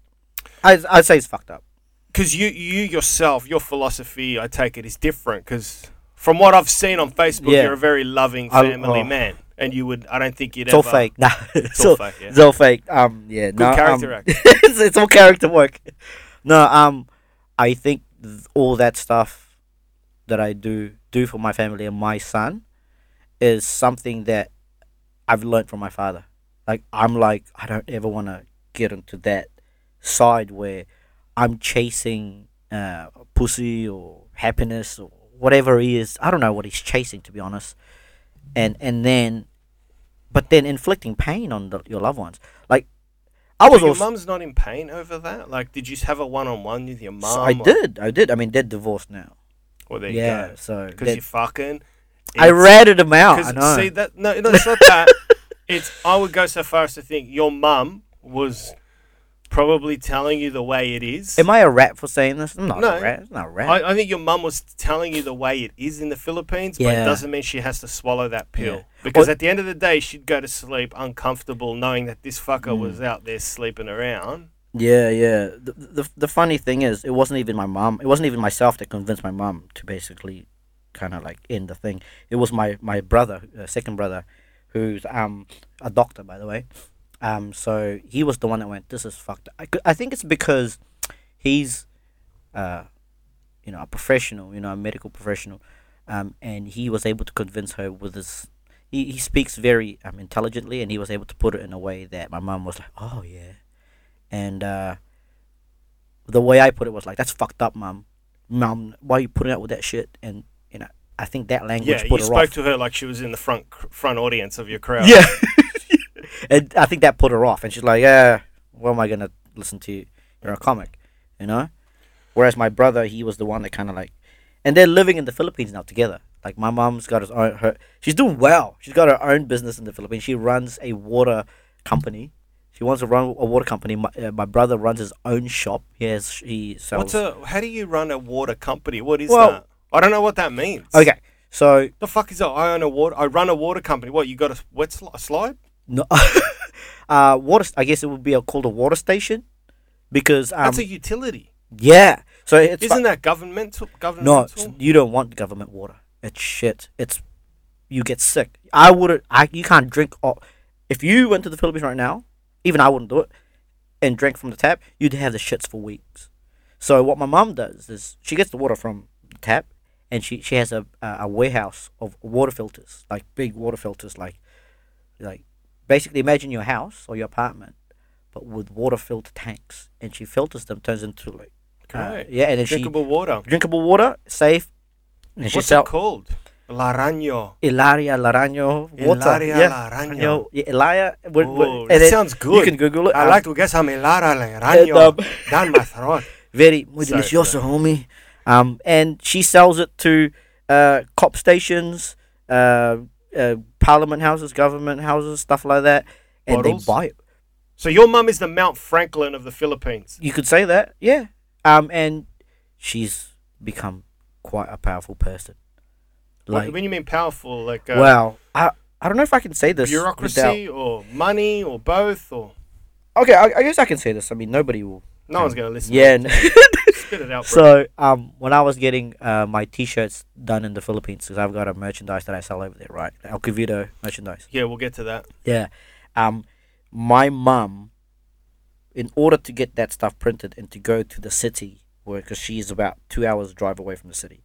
[SPEAKER 2] I I'd say it's fucked up.
[SPEAKER 1] Because you you yourself, your philosophy, I take it, is different. Because from what I've seen on Facebook,
[SPEAKER 2] Yeah.
[SPEAKER 1] you're a very loving
[SPEAKER 2] I-
[SPEAKER 1] family
[SPEAKER 2] oh.
[SPEAKER 1] man, and you would. I don't think you'd
[SPEAKER 2] It's all
[SPEAKER 1] ever.
[SPEAKER 2] fake. Nah,
[SPEAKER 1] It's all fake. Yeah.
[SPEAKER 2] It's all fake. Um, yeah,
[SPEAKER 1] Good
[SPEAKER 2] no, um,
[SPEAKER 1] character act.
[SPEAKER 2] it's, it's all character work. No, um, I think th- all that stuff that I do do for my family and my son is something that I've learned from my father. Like I'm like I don't ever want to get into that side where I'm chasing uh, pussy or happiness or whatever he is. I don't know what he's chasing to be honest. And and then, but then inflicting pain on the, your loved ones. Like I was
[SPEAKER 1] So your
[SPEAKER 2] also
[SPEAKER 1] mum's not in pain over that. Like, did you have a one-on-one with your mum?
[SPEAKER 2] So I
[SPEAKER 1] or-
[SPEAKER 2] did. I did. I mean, they're divorced now.
[SPEAKER 1] Well, there you
[SPEAKER 2] yeah.
[SPEAKER 1] go.
[SPEAKER 2] So
[SPEAKER 1] Because
[SPEAKER 2] that-
[SPEAKER 1] you fucking.
[SPEAKER 2] I
[SPEAKER 1] it's-
[SPEAKER 2] ratted them out. Oh, I know.
[SPEAKER 1] Because see that no, no, it's not that. it's I would go so far as to think your mum was probably telling you the way it is.
[SPEAKER 2] Am I a rat for saying this? I'm not
[SPEAKER 1] No.
[SPEAKER 2] a rat. I'm not a rat.
[SPEAKER 1] I, I think your mum was telling you the way it is in the Philippines, but it
[SPEAKER 2] Yeah.
[SPEAKER 1] doesn't mean she has to swallow that pill.
[SPEAKER 2] Yeah.
[SPEAKER 1] Because
[SPEAKER 2] Well-
[SPEAKER 1] at the end of the day, she'd go to sleep uncomfortable, knowing that this fucker was
[SPEAKER 2] Hmm.
[SPEAKER 1] out there sleeping around.
[SPEAKER 2] yeah, yeah. The, the the funny thing is, it wasn't even my mom. It wasn't even myself that convinced my mom to basically, kind of like end the thing. It was my my brother, uh, second brother, who's um a doctor by the way. Um, so he was the one that went. This is fucked. up." I c- I think it's because he's uh, you know, a professional, you know, a medical professional, um, and he was able to convince her with his. He, he speaks very um, intelligently, and he was able to put it in a way that my mum was like, "Oh yeah," and uh, the way I put it was like, "That's fucked up, mum. Mum, why are you putting up with that shit?" And you know, I think that language
[SPEAKER 1] yeah,
[SPEAKER 2] put
[SPEAKER 1] you
[SPEAKER 2] her
[SPEAKER 1] spoke
[SPEAKER 2] off.
[SPEAKER 1] to her like she was in the front front audience of your crowd.
[SPEAKER 2] Yeah. and I think that put her off, and she's like, "Yeah, what am I gonna listen to? you? You're a comic, you know." Whereas my brother, he was the one that kind of like, and they're living in the Philippines now together. Like my mom's got his own. Her she's doing well. She's got her own business in the Philippines. She runs a water company. She wants to run a water company. My, uh, my brother runs his own shop. He has he
[SPEAKER 1] What's
[SPEAKER 2] sells.
[SPEAKER 1] a? How do you run a water company? What is
[SPEAKER 2] Well-
[SPEAKER 1] that? I don't know what that means.
[SPEAKER 2] okay, so
[SPEAKER 1] The fuck is that? I own a water. I run a water company. What you got a wet sli- slide?
[SPEAKER 2] no, uh, water. I guess it would be a, called a water station, because um,
[SPEAKER 1] That's a utility.
[SPEAKER 2] yeah. So it's
[SPEAKER 1] Isn't that governmental?
[SPEAKER 2] No,
[SPEAKER 1] Governmental.
[SPEAKER 2] it's- you don't want government water. It's shit. It's you get sick. I wouldn't. I you can't drink. All, if you went to the Philippines right now, even I wouldn't do it, and drink from the tap, you'd have the shits for weeks. So what my mom does is she gets the water from the tap, and she she has a a a warehouse of water filters, like big water filters, like like basically imagine your house or your apartment, but with water filter tanks, and she filters them, turns into like. uh,
[SPEAKER 1] Great.
[SPEAKER 2] yeah, and then she
[SPEAKER 1] drinkable water.
[SPEAKER 2] drinkable water, safe. And she
[SPEAKER 1] What's
[SPEAKER 2] sell-
[SPEAKER 1] it called? Laraño.
[SPEAKER 2] Ilaria Laraño water.
[SPEAKER 1] Ilaria
[SPEAKER 2] yeah.
[SPEAKER 1] Laraño.
[SPEAKER 2] Yeah, Ilaria. What, what,
[SPEAKER 1] Ooh,
[SPEAKER 2] and
[SPEAKER 1] that
[SPEAKER 2] then
[SPEAKER 1] sounds
[SPEAKER 2] You
[SPEAKER 1] good.
[SPEAKER 2] can Google it.
[SPEAKER 1] I
[SPEAKER 2] Um,
[SPEAKER 1] like to get some Ilara
[SPEAKER 2] and, um,
[SPEAKER 1] Laraño down my throat.
[SPEAKER 2] very muy
[SPEAKER 1] Sorry,
[SPEAKER 2] delicioso, homie. Um, and she sells it to uh, cop stations, uh, uh, parliament houses, government houses, stuff like that, and
[SPEAKER 1] Bottles?
[SPEAKER 2] they buy it.
[SPEAKER 1] So your mum is the Mount Franklin of the Philippines.
[SPEAKER 2] You could say that, yeah. Um, and she's become quite a powerful person.
[SPEAKER 1] What-
[SPEAKER 2] Like,
[SPEAKER 1] when you mean powerful, like uh,
[SPEAKER 2] wow, I I don't know if I can say this. without-
[SPEAKER 1] bureaucracy or money or both or
[SPEAKER 2] okay, I, I guess I can say this. I mean, nobody will.
[SPEAKER 1] no one's gonna listen.
[SPEAKER 2] Yeah. n-
[SPEAKER 1] Spit it out. bro.
[SPEAKER 2] So um, when I was getting uh, my T-shirts done in the Philippines, because I've got a merchandise that I sell over there, right? Alcavito merchandise.
[SPEAKER 1] yeah, we'll get to that.
[SPEAKER 2] Yeah. Um, my mum, in order to get that stuff printed and to go to the city, where because she is about two hours drive away from the city,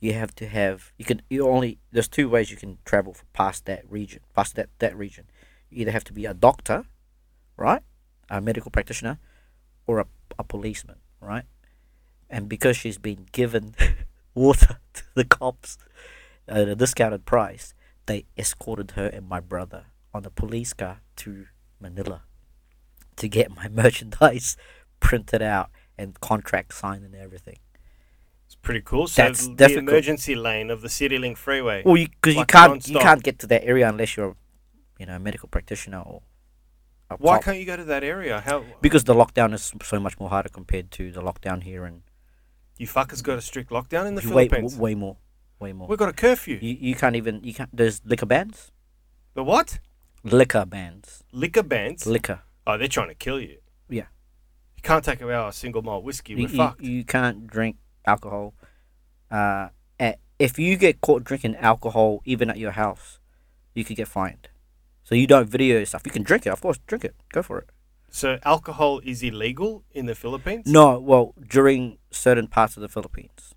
[SPEAKER 2] you have to have you can you only there's two ways you can travel f- past that region, past that that region. You either have to be a doctor, right, a medical practitioner, or a, a policeman, right. And because she's been given water to the cops at a discounted price, they escorted her and my brother on a police car to Manila to get my merchandise printed out and contract signed and everything.
[SPEAKER 1] It's pretty cool. So
[SPEAKER 2] That's
[SPEAKER 1] the
[SPEAKER 2] difficult.
[SPEAKER 1] emergency lane of the CityLink freeway.
[SPEAKER 2] Well, because you,
[SPEAKER 1] Like
[SPEAKER 2] can't you
[SPEAKER 1] nonstop.
[SPEAKER 2] can't get to that area unless you're, you know, a medical practitioner or. A
[SPEAKER 1] Why
[SPEAKER 2] cop.
[SPEAKER 1] can't you go to that area? How
[SPEAKER 2] Because the lockdown is so much more harder compared to the lockdown here and
[SPEAKER 1] you fuckers got a strict lockdown in the
[SPEAKER 2] way w-
[SPEAKER 1] Philippines?
[SPEAKER 2] way more, way more.
[SPEAKER 1] We've got a curfew.
[SPEAKER 2] You you can't even you can't. There's liquor bans.
[SPEAKER 1] the what?
[SPEAKER 2] Liquor bans.
[SPEAKER 1] Liquor bans?
[SPEAKER 2] Liquor.
[SPEAKER 1] oh, they're trying to kill you.
[SPEAKER 2] Yeah.
[SPEAKER 1] You can't take away our single malt whiskey. We're
[SPEAKER 2] you, you,
[SPEAKER 1] fucked.
[SPEAKER 2] you can't drink alcohol. Uh, a- if you get caught drinking alcohol, even at your house, you could get fined. So you don't video yourself. You can drink it, of course. Drink it. Go for it.
[SPEAKER 1] so alcohol is illegal in the Philippines.
[SPEAKER 2] No, well, during certain parts of the Philippines,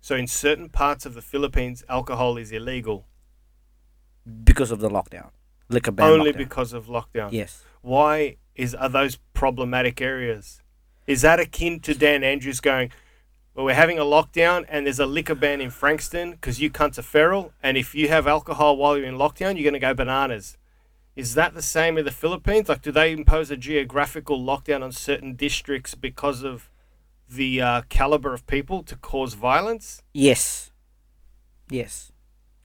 [SPEAKER 1] So in certain parts of the Philippines, alcohol is illegal
[SPEAKER 2] because of the lockdown, liquor ban.
[SPEAKER 1] only
[SPEAKER 2] lockdown.
[SPEAKER 1] because of lockdown.
[SPEAKER 2] yes.
[SPEAKER 1] Why is are those problematic areas? Is that akin to Dan Andrews going? Well, we're having a lockdown, and there's a liquor ban in Frankston because you cunts are feral, and if you have alcohol while you're in lockdown, you're gonna go bananas. Is that the same in the Philippines? Like, do they impose a geographical lockdown on certain districts because of the uh, caliber of people to cause violence?
[SPEAKER 2] Yes. Yes.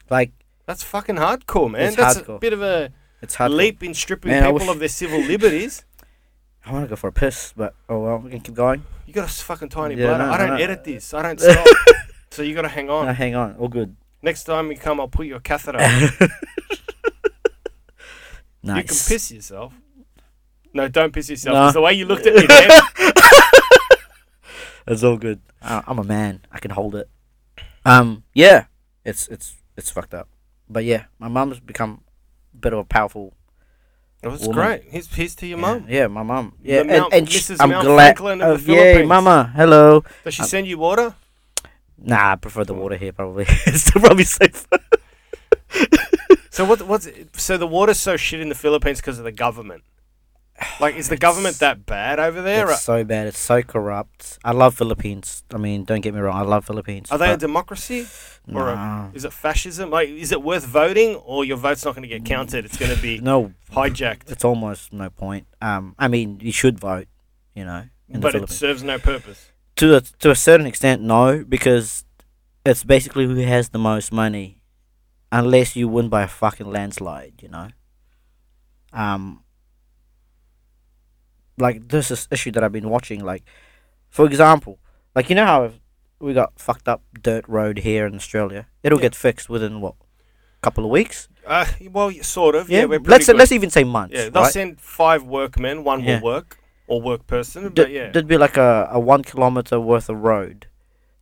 [SPEAKER 2] Like
[SPEAKER 1] That's fucking hardcore, man.
[SPEAKER 2] It's
[SPEAKER 1] That's a
[SPEAKER 2] hardcore.
[SPEAKER 1] bit of a
[SPEAKER 2] it's hard.
[SPEAKER 1] leap in stripping
[SPEAKER 2] Man, I
[SPEAKER 1] people
[SPEAKER 2] wish-
[SPEAKER 1] of their civil liberties.
[SPEAKER 2] I want to go for a piss, but oh well, we can keep going.
[SPEAKER 1] You got a s- fucking tiny
[SPEAKER 2] Yeah,
[SPEAKER 1] bladder.
[SPEAKER 2] no,
[SPEAKER 1] I don't
[SPEAKER 2] no.
[SPEAKER 1] edit this. I don't stop. so you got to hang on.
[SPEAKER 2] No, hang on. All good.
[SPEAKER 1] Next time you come, I'll put you a catheter. you
[SPEAKER 2] Nice.
[SPEAKER 1] can piss yourself. No, don't piss yourself.
[SPEAKER 2] No.
[SPEAKER 1] 'cause The way you looked at me, man.
[SPEAKER 2] It's all good. I, Uh, I'm a man. I can hold it. Um, yeah, it's it's it's fucked up, but yeah, my mom's become a bit of a powerful.
[SPEAKER 1] It was
[SPEAKER 2] Woman.
[SPEAKER 1] great. Here's, here's to your
[SPEAKER 2] yeah,
[SPEAKER 1] mum.
[SPEAKER 2] Yeah, my mom. Yeah, and,
[SPEAKER 1] Mount-
[SPEAKER 2] and sh-
[SPEAKER 1] Mrs.
[SPEAKER 2] I'm
[SPEAKER 1] Mount
[SPEAKER 2] glad.
[SPEAKER 1] Franklin of the
[SPEAKER 2] oh, yay,
[SPEAKER 1] Philippines.
[SPEAKER 2] mama. Hello.
[SPEAKER 1] Does she send you water?
[SPEAKER 2] Nah, I prefer the water here. Probably it's still probably safe.
[SPEAKER 1] So what? What's so the water's so shit in the Philippines because of the government? Like, is the government that bad over there?
[SPEAKER 2] It's so bad. It's so corrupt. I love Philippines. I mean, don't get me wrong. I love Philippines.
[SPEAKER 1] Are they a
[SPEAKER 2] but
[SPEAKER 1] democracy? or a-
[SPEAKER 2] nah.
[SPEAKER 1] Is it fascism? Like, is it worth voting, or your vote's not going to get counted? It's going to be
[SPEAKER 2] no?
[SPEAKER 1] hijacked,
[SPEAKER 2] It's almost no point. Um, I mean, you should vote. You know, in the
[SPEAKER 1] but it
[SPEAKER 2] Philippines.
[SPEAKER 1] serves no purpose.
[SPEAKER 2] to a, to a certain extent, no, because it's basically who has the most money, unless you win by a fucking landslide, you know. Um, like this is issue that I've been watching. Like, for example, like you know how we got fucked up dirt road here in Australia. It'll
[SPEAKER 1] Yeah.
[SPEAKER 2] get fixed within what, couple of weeks?
[SPEAKER 1] Uh, well, y- sort of. Yeah, we're pretty
[SPEAKER 2] let's
[SPEAKER 1] good.
[SPEAKER 2] let's even say months.
[SPEAKER 1] yeah, they'll
[SPEAKER 2] right?
[SPEAKER 1] send five workmen. One
[SPEAKER 2] Yeah.
[SPEAKER 1] will work or work person.
[SPEAKER 2] Th-
[SPEAKER 1] But yeah,
[SPEAKER 2] there'd be like a, a one kilometer worth of road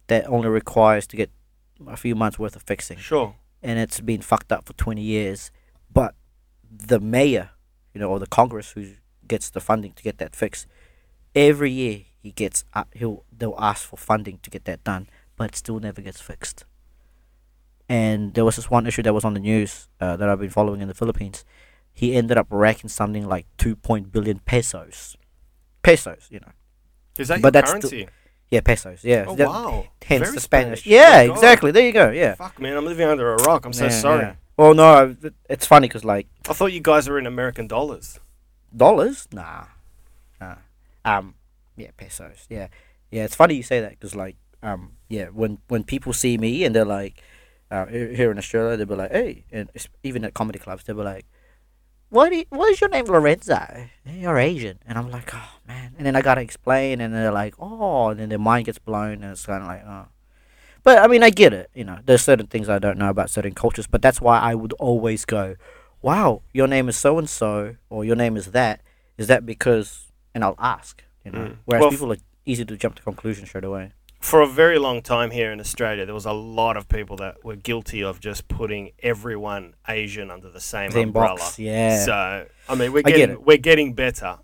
[SPEAKER 2] that only requires to get a few months worth of fixing
[SPEAKER 1] sure.
[SPEAKER 2] and it's been fucked up for 20 years but the mayor you know or the congress who gets the funding to get that fixed every year he gets uh, he'll they'll ask for funding to get that done but it still never gets fixed and there was this one issue that was on the news uh, that I've been following in the Philippines he ended up racking something like 2 point billion pesos pesos you know
[SPEAKER 1] Is that
[SPEAKER 2] but
[SPEAKER 1] your
[SPEAKER 2] that's the-
[SPEAKER 1] currency?
[SPEAKER 2] Yeah, pesos. Yeah.
[SPEAKER 1] Oh,
[SPEAKER 2] That-
[SPEAKER 1] wow.
[SPEAKER 2] Hence
[SPEAKER 1] Very
[SPEAKER 2] the Spanish.
[SPEAKER 1] Spanish.
[SPEAKER 2] Yeah,
[SPEAKER 1] My God.
[SPEAKER 2] exactly. There you go. Yeah.
[SPEAKER 1] Fuck, man, I'm living under a rock. I'm so
[SPEAKER 2] Yeah,
[SPEAKER 1] sorry.
[SPEAKER 2] yeah. Well, no, I- it's funny because like
[SPEAKER 1] I thought you guys were in American dollars.
[SPEAKER 2] dollars, nah, nah. Um, yeah, pesos. Yeah, yeah. It's funny you say that because like, um, yeah, when when people see me and they're like, uh, he- here in Australia, they'll be like, hey, and it's- even at comedy clubs, they'll be like, what? i- what is your name, Lorenzo? You're Asian, and I'm like, oh man. And then I gotta explain, and they're like, oh, and then their mind gets blown, and it's kind of like, oh. But I mean, I get it. You know, there's certain things I don't know about certain cultures, but that's why I would always go, "Wow, your name is so and so, or your name is that. Is that because?" And I'll ask. You know,
[SPEAKER 1] Mm.
[SPEAKER 2] whereas
[SPEAKER 1] Well, f-
[SPEAKER 2] people are easy to jump to conclusions straight away.
[SPEAKER 1] For a very long time here in Australia, there was a lot of people that were guilty of just putting everyone Asian under the same
[SPEAKER 2] Same
[SPEAKER 1] umbrella.
[SPEAKER 2] box, yeah,
[SPEAKER 1] So I mean, we're
[SPEAKER 2] I get
[SPEAKER 1] getting
[SPEAKER 2] it.
[SPEAKER 1] we're getting better,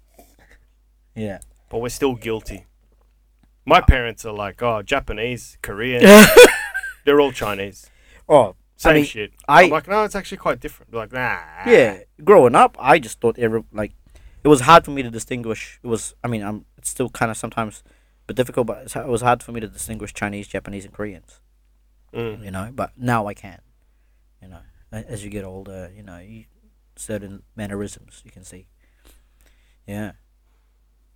[SPEAKER 2] yeah.
[SPEAKER 1] but we're still guilty. My parents are like, oh, Japanese, Korean, they're all Chinese,
[SPEAKER 2] Oh,
[SPEAKER 1] same
[SPEAKER 2] mean,
[SPEAKER 1] shit.
[SPEAKER 2] I-
[SPEAKER 1] am like, no, it's actually quite different. They're like, nah,
[SPEAKER 2] yeah. Growing up, I just thought every like it was hard for me to distinguish. It was, I mean, I'm it's still kind of sometimes, but difficult. But it's, it was hard for me to distinguish Chinese, Japanese, and Koreans.
[SPEAKER 1] Mm.
[SPEAKER 2] you know but now i can you know A- as you get older you know you, certain mannerisms you can see yeah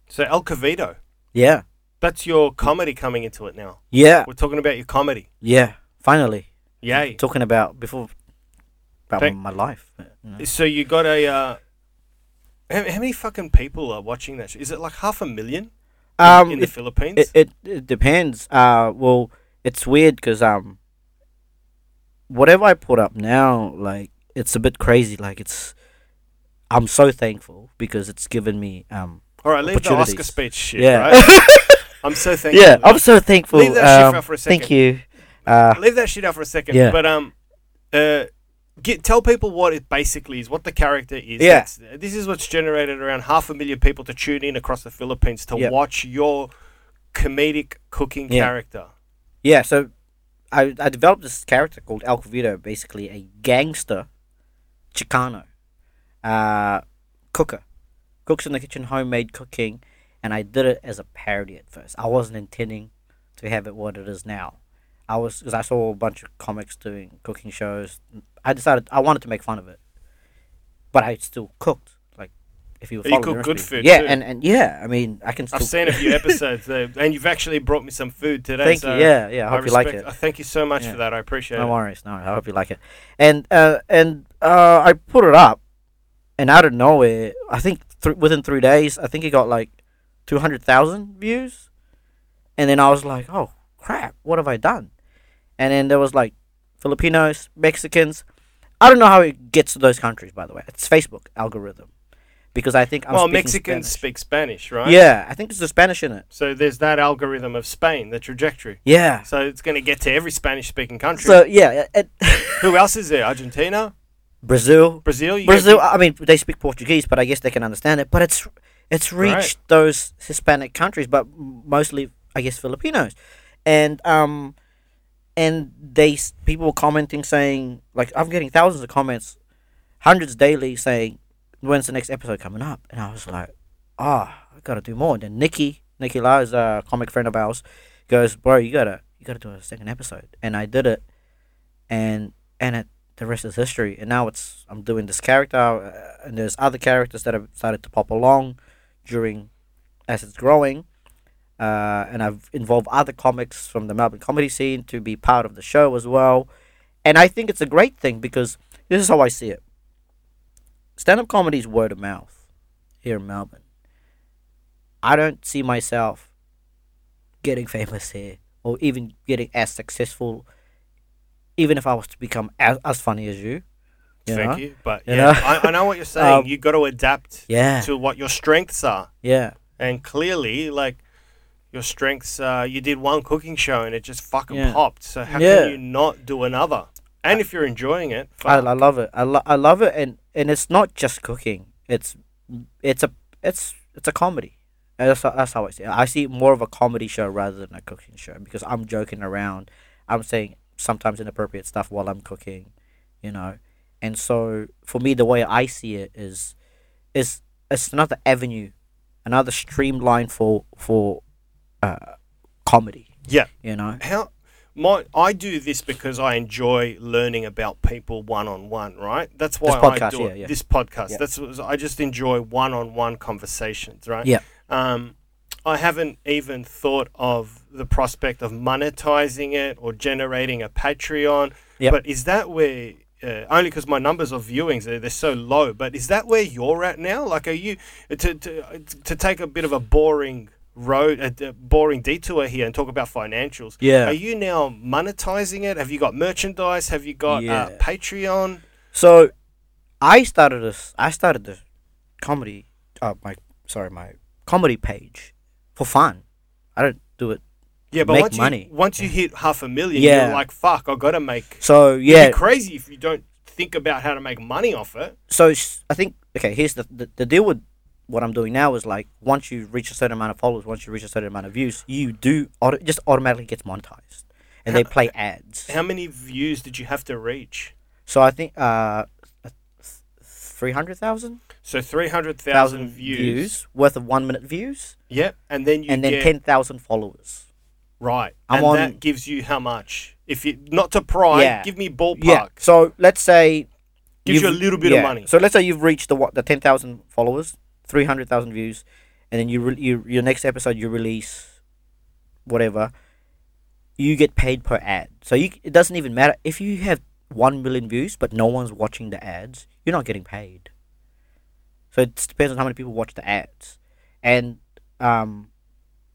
[SPEAKER 1] So El Cavito,
[SPEAKER 2] yeah
[SPEAKER 1] that's your comedy coming into it now.
[SPEAKER 2] yeah
[SPEAKER 1] We're talking about your comedy.
[SPEAKER 2] yeah finally
[SPEAKER 1] Yay!
[SPEAKER 2] talking about before about
[SPEAKER 1] Thank-
[SPEAKER 2] my life you know.
[SPEAKER 1] So you got a. Uh, how, how many fucking people are watching that? sh- Is it like half a million in-
[SPEAKER 2] um
[SPEAKER 1] in the
[SPEAKER 2] it,
[SPEAKER 1] Philippines?
[SPEAKER 2] it, it, it depends uh well it's weird because um whatever i put up now like it's a bit crazy like it's i'm so thankful because it's given me um
[SPEAKER 1] All right, leave the Oscar
[SPEAKER 2] opportunities.
[SPEAKER 1] speech shit.
[SPEAKER 2] Yeah.
[SPEAKER 1] Right? I'm so thankful.
[SPEAKER 2] yeah
[SPEAKER 1] for that.
[SPEAKER 2] i'm so thankful
[SPEAKER 1] Leave that shit
[SPEAKER 2] um,
[SPEAKER 1] for- for a
[SPEAKER 2] thank you uh
[SPEAKER 1] leave that shit out for a second.
[SPEAKER 2] Yeah.
[SPEAKER 1] But um, uh, get tell people what it basically is, what the character is.
[SPEAKER 2] Yeah.
[SPEAKER 1] It's- This is what's generated around half a million people to tune in across the Philippines to
[SPEAKER 2] Yep.
[SPEAKER 1] watch your comedic cooking
[SPEAKER 2] Yeah.
[SPEAKER 1] character.
[SPEAKER 2] Yeah, so I I developed this character called El Covito, basically a gangster Chicano uh, cooker. Cooks in the kitchen, homemade cooking, and I did it as a parody at first. I wasn't intending to have it what it is now. I was because I saw a bunch of comics doing cooking shows. I decided I wanted to make fun of it, but I still cooked. Like if you,
[SPEAKER 1] You
[SPEAKER 2] follow the
[SPEAKER 1] cook good
[SPEAKER 2] recipe.
[SPEAKER 1] food,
[SPEAKER 2] yeah,
[SPEAKER 1] too.
[SPEAKER 2] and and yeah, I mean I can. Still
[SPEAKER 1] I've seen a few episodes, uh, and you've actually brought me some food today.
[SPEAKER 2] Thank
[SPEAKER 1] so
[SPEAKER 2] you. Yeah, yeah. I hope you like
[SPEAKER 1] respect-
[SPEAKER 2] it.
[SPEAKER 1] I thank you so much
[SPEAKER 2] Yeah.
[SPEAKER 1] for that. I appreciate
[SPEAKER 2] No
[SPEAKER 1] it.
[SPEAKER 2] worries, no. I hope you like it. And uh, and uh, I put it up, and out of nowhere, I think th- within three days, I think it got like two hundred thousand views, and then I was like, oh crap, what have I done? And then there was like Filipinos, Mexicans. I don't know how it gets to those countries, by the way. It's Facebook algorithm, because I think I'm
[SPEAKER 1] well,
[SPEAKER 2] speaking
[SPEAKER 1] Mexicans
[SPEAKER 2] Spanish.
[SPEAKER 1] speak Spanish, right?
[SPEAKER 2] Yeah, I think there's the Spanish in it.
[SPEAKER 1] So there's that algorithm of Spain, the trajectory.
[SPEAKER 2] Yeah.
[SPEAKER 1] So it's going to get to every Spanish-speaking country.
[SPEAKER 2] So yeah, it,
[SPEAKER 1] Who else is there? Argentina,
[SPEAKER 2] Brazil,
[SPEAKER 1] Brazil. You get
[SPEAKER 2] Brazil. I mean, they speak Portuguese, but I guess they can understand it. But it's it's reached
[SPEAKER 1] Right.
[SPEAKER 2] those Hispanic countries, but m- mostly I guess Filipinos, and um, and they s- people were commenting saying like I'm getting thousands of comments, hundreds daily saying when's the next episode coming up, and I was like, ah, I gotta do more. And then Nikki, Nikki La is a comic friend of ours, goes, bro, you gotta you gotta do a second episode, and I did it, and and it the rest is history. And now it's I'm doing this character, uh, and there's other characters that have started to pop along during as it's growing. Uh, and I've involved other comics from the Melbourne comedy scene to be part of the show as well. And I think it's a great thing because this is how I see it. Stand up comedy is word of mouth here in Melbourne. I don't see myself getting famous here or even getting as successful, even if I was to become as, as funny as you. you
[SPEAKER 1] Thank
[SPEAKER 2] know?
[SPEAKER 1] you. But
[SPEAKER 2] You
[SPEAKER 1] yeah,
[SPEAKER 2] know?
[SPEAKER 1] I, I know what you're saying.
[SPEAKER 2] Um,
[SPEAKER 1] You've got to adapt
[SPEAKER 2] Yeah.
[SPEAKER 1] to what your strengths are.
[SPEAKER 2] Yeah.
[SPEAKER 1] And clearly, like, your strengths, uh, you did one cooking show and it just fucking
[SPEAKER 2] Yeah.
[SPEAKER 1] popped. So how
[SPEAKER 2] Yeah.
[SPEAKER 1] can you not do another? And if you're enjoying it,
[SPEAKER 2] I,
[SPEAKER 1] fuck.
[SPEAKER 2] I love it. I, lo- I love it, and and it's not just cooking. It's it's a it's it's a comedy. And That's how, that's how I see. It. I see it more of a comedy show rather than a cooking show because I'm joking around. I'm saying sometimes inappropriate stuff while I'm cooking, you know. And so for me, the way I see it is, is it's another avenue, another streamline for for uh, comedy.
[SPEAKER 1] Yeah.
[SPEAKER 2] You know,
[SPEAKER 1] how my I do this because I enjoy learning about people one on one, right? That's why I
[SPEAKER 2] podcast,
[SPEAKER 1] do it.
[SPEAKER 2] yeah, yeah.
[SPEAKER 1] This podcast.
[SPEAKER 2] Yeah.
[SPEAKER 1] That's what I just enjoy one on one conversations, right?
[SPEAKER 2] Yeah.
[SPEAKER 1] Um I haven't even thought of the prospect of monetizing it or generating a Patreon.
[SPEAKER 2] Yep.
[SPEAKER 1] But is that where uh, only because my numbers of viewings they're, they're so low, but is that where you're at now? Like, are you uh, to to, to take a bit of a boring road, a, a boring detour here, and talk about financials?
[SPEAKER 2] Yeah.
[SPEAKER 1] Are you now monetizing it? Have you got merchandise? Have you got uh,
[SPEAKER 2] Yeah.
[SPEAKER 1] Patreon?
[SPEAKER 2] so I started this. I started the comedy. Uh, my sorry, my comedy page for fun. I don't do it.
[SPEAKER 1] Yeah, but
[SPEAKER 2] Make
[SPEAKER 1] once
[SPEAKER 2] money.
[SPEAKER 1] you once you hit half a million,
[SPEAKER 2] Yeah.
[SPEAKER 1] you're like, fuck, I gotta make.
[SPEAKER 2] So yeah,
[SPEAKER 1] It'd be crazy if you don't think about how to make money off it.
[SPEAKER 2] so s- I think okay. Here's the, the the deal with what I'm doing now is like once you reach a certain amount of followers, once you reach a certain amount of views, you do auto, just automatically gets monetized, and they play ads.
[SPEAKER 1] How many views did you have to reach?
[SPEAKER 2] So I think uh, three hundred thousand
[SPEAKER 1] So three hundred thousand views.
[SPEAKER 2] worth of one minute views,
[SPEAKER 1] Yep, and then you
[SPEAKER 2] and then
[SPEAKER 1] get
[SPEAKER 2] ten thousand followers.
[SPEAKER 1] Right.
[SPEAKER 2] I'm
[SPEAKER 1] and
[SPEAKER 2] on-
[SPEAKER 1] that gives you how much? If you not to pry,
[SPEAKER 2] Yeah.
[SPEAKER 1] give me ballpark.
[SPEAKER 2] Yeah. So let's say
[SPEAKER 1] Gives you
[SPEAKER 2] you've-
[SPEAKER 1] a little bit of money.
[SPEAKER 2] So let's say you've reached the what the ten thousand followers, three hundred thousand views, and then you, re- you your next episode you release, whatever. You get paid per ad, so you it doesn't even matter if you have one million views, but no one's watching the ads. You're not getting paid. So it just depends on how many people watch the ads, and um,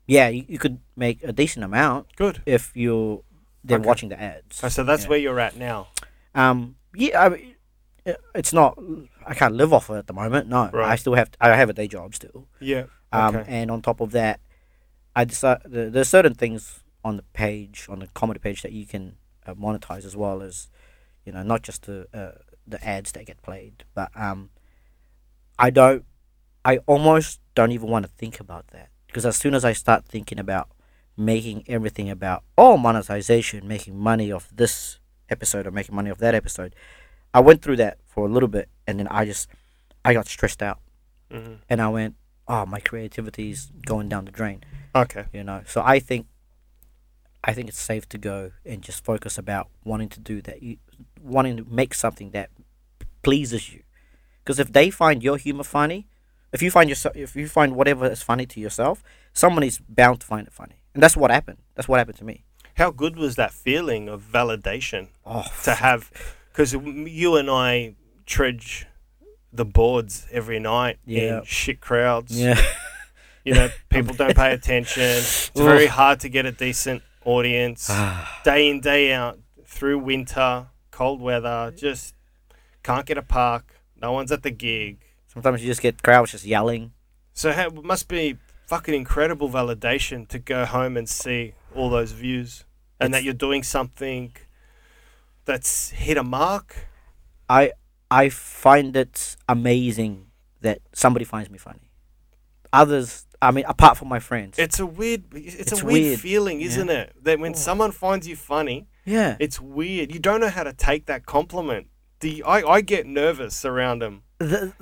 [SPEAKER 2] yeah, you, you could make a decent amount
[SPEAKER 1] Good.
[SPEAKER 2] if you're they're
[SPEAKER 1] Okay.
[SPEAKER 2] watching the ads.
[SPEAKER 1] So that's
[SPEAKER 2] Yeah.
[SPEAKER 1] where you're at now.
[SPEAKER 2] Um, yeah, I, mean, it- it's not. I can't live off it at the moment. No, I
[SPEAKER 1] Right.
[SPEAKER 2] still have. I have a day job still.
[SPEAKER 1] Yeah.
[SPEAKER 2] Um,
[SPEAKER 1] okay.
[SPEAKER 2] and on top of that, I decide there there's certain things on the page on the comedy page that you can uh, monetize as well as, you know, not just the uh, the ads that get played, but um, I don't. I almost don't even want to think about that because as soon as I start thinking about making everything about oh monetization, making money off this episode or making money off that episode, I went through that for a little bit and then I just I got stressed out
[SPEAKER 1] Mhm.
[SPEAKER 2] and I went, oh, my creativity's going down the drain,
[SPEAKER 1] Okay.
[SPEAKER 2] you know. So I think, I think it's safe to go and just focus about wanting to do that, you, wanting to make something that pleases you, because if they find your humor funny, if you find yourself, if you find whatever is funny to yourself, someone is bound to find it funny, and that's what happened. That's what happened to me.
[SPEAKER 1] How good was that feeling of validation
[SPEAKER 2] Oh,
[SPEAKER 1] to have? Because you and I trudge the boards every night
[SPEAKER 2] Yeah.
[SPEAKER 1] in shit crowds.
[SPEAKER 2] yeah,
[SPEAKER 1] You know, people don't pay attention. It's
[SPEAKER 2] Oof. Ah.
[SPEAKER 1] very hard to get a decent audience day in, day out, through winter, cold weather, just can't get a park. No one's at the gig.
[SPEAKER 2] sometimes you just get crowds just yelling.
[SPEAKER 1] So how, it must be fucking incredible validation to go home and see all those views and that
[SPEAKER 2] It's-
[SPEAKER 1] you're doing something that's hit a mark.
[SPEAKER 2] I I find it amazing that somebody finds me funny. Others, I mean, apart from my friends.
[SPEAKER 1] It's a weird, it's,
[SPEAKER 2] It's
[SPEAKER 1] a weird,
[SPEAKER 2] weird,
[SPEAKER 1] feeling,
[SPEAKER 2] yeah.
[SPEAKER 1] isn't it? That when someone finds you funny,
[SPEAKER 2] yeah,
[SPEAKER 1] it's weird. You don't know how to take that compliment. The I, I get nervous around them.
[SPEAKER 2] the,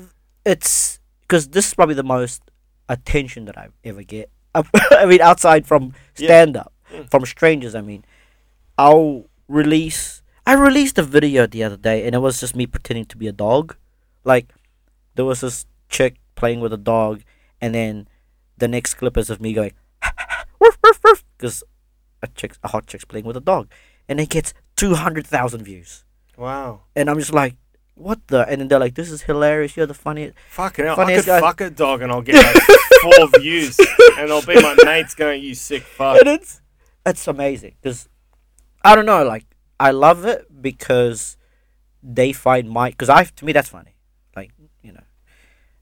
[SPEAKER 2] it's because this is probably the most attention that I ever get. I mean, outside from
[SPEAKER 1] Yeah.
[SPEAKER 2] stand up, from strangers. I mean, I'll release. I released a video the other day, and it was just me pretending to be a dog. Like, there was this chick playing with a dog, and then the next clip is of me going, woof woof woof, because a chick, a hot chick's playing with a dog, and it gets two hundred thousand views,
[SPEAKER 1] Wow.
[SPEAKER 2] and I'm just like, what the? And then they're like, this is hilarious. You're the funniest.
[SPEAKER 1] Fucking hell, I
[SPEAKER 2] Funniest
[SPEAKER 1] could
[SPEAKER 2] guy.
[SPEAKER 1] fuck a dog and I'll get like four views and I'll be my mates going, you sick fuck.
[SPEAKER 2] and it's it's amazing because I don't know, like I love it because they find my because I to me that's funny, like you know,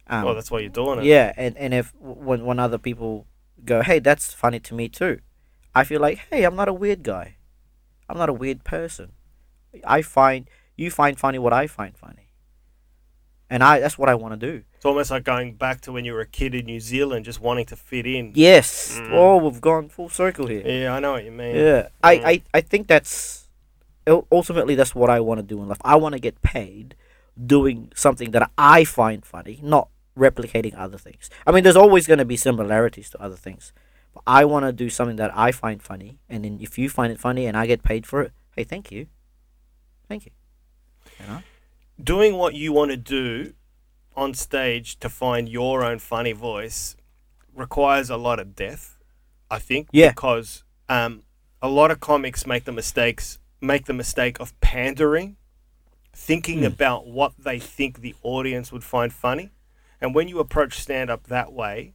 [SPEAKER 2] um,
[SPEAKER 1] Well, that's why you're doing it.
[SPEAKER 2] yeah, and and if when when other people go, hey, that's funny to me too, I feel like hey, I'm not a weird guy, I'm not a weird person, I find you find funny what I find funny, and I that's what I want to do.
[SPEAKER 1] It's almost like going back to when you were a kid in New Zealand, just wanting to fit in.
[SPEAKER 2] Yes,
[SPEAKER 1] Mm.
[SPEAKER 2] oh, we've gone full circle here.
[SPEAKER 1] Yeah, I know what you mean.
[SPEAKER 2] Yeah, I,
[SPEAKER 1] Mm.
[SPEAKER 2] I, I think that's ul- ultimately that's what I want to do in life. I want to get paid doing something that I find funny, not replicating other things. I mean, there's always going to be similarities to other things, But I want to do something that I find funny, and then if you find it funny and I get paid for it, hey, thank you, thank you. You know?
[SPEAKER 1] doing what you want to do on stage to find your own funny voice requires a lot of depth, I think.
[SPEAKER 2] Yeah.
[SPEAKER 1] Because um, a lot of comics make the mistakes make the mistake of pandering,
[SPEAKER 2] Hmm.
[SPEAKER 1] thinking about what they think the audience would find funny, and when you approach stand up that way,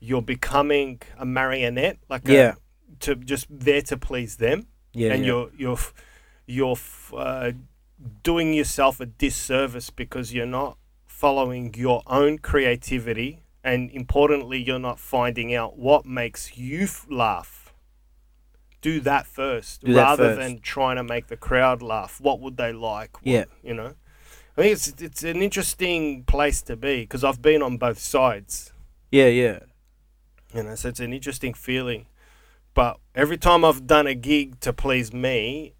[SPEAKER 1] you're becoming a marionette, like a-
[SPEAKER 2] Yeah.
[SPEAKER 1] to just there to please them
[SPEAKER 2] Yeah,
[SPEAKER 1] and
[SPEAKER 2] yeah.
[SPEAKER 1] you're you're f- you're f- uh, doing yourself a disservice because you're not following your own creativity and importantly you're not finding out what makes you f- laugh do that first
[SPEAKER 2] Do that
[SPEAKER 1] rather
[SPEAKER 2] first.
[SPEAKER 1] than trying to make the crowd laugh what would they like What-
[SPEAKER 2] Yeah.
[SPEAKER 1] you know i think it's it's an interesting place to be because i've been on both sides
[SPEAKER 2] yeah, yeah,
[SPEAKER 1] you know, so it's an interesting feeling. But every time I've done a gig to please me,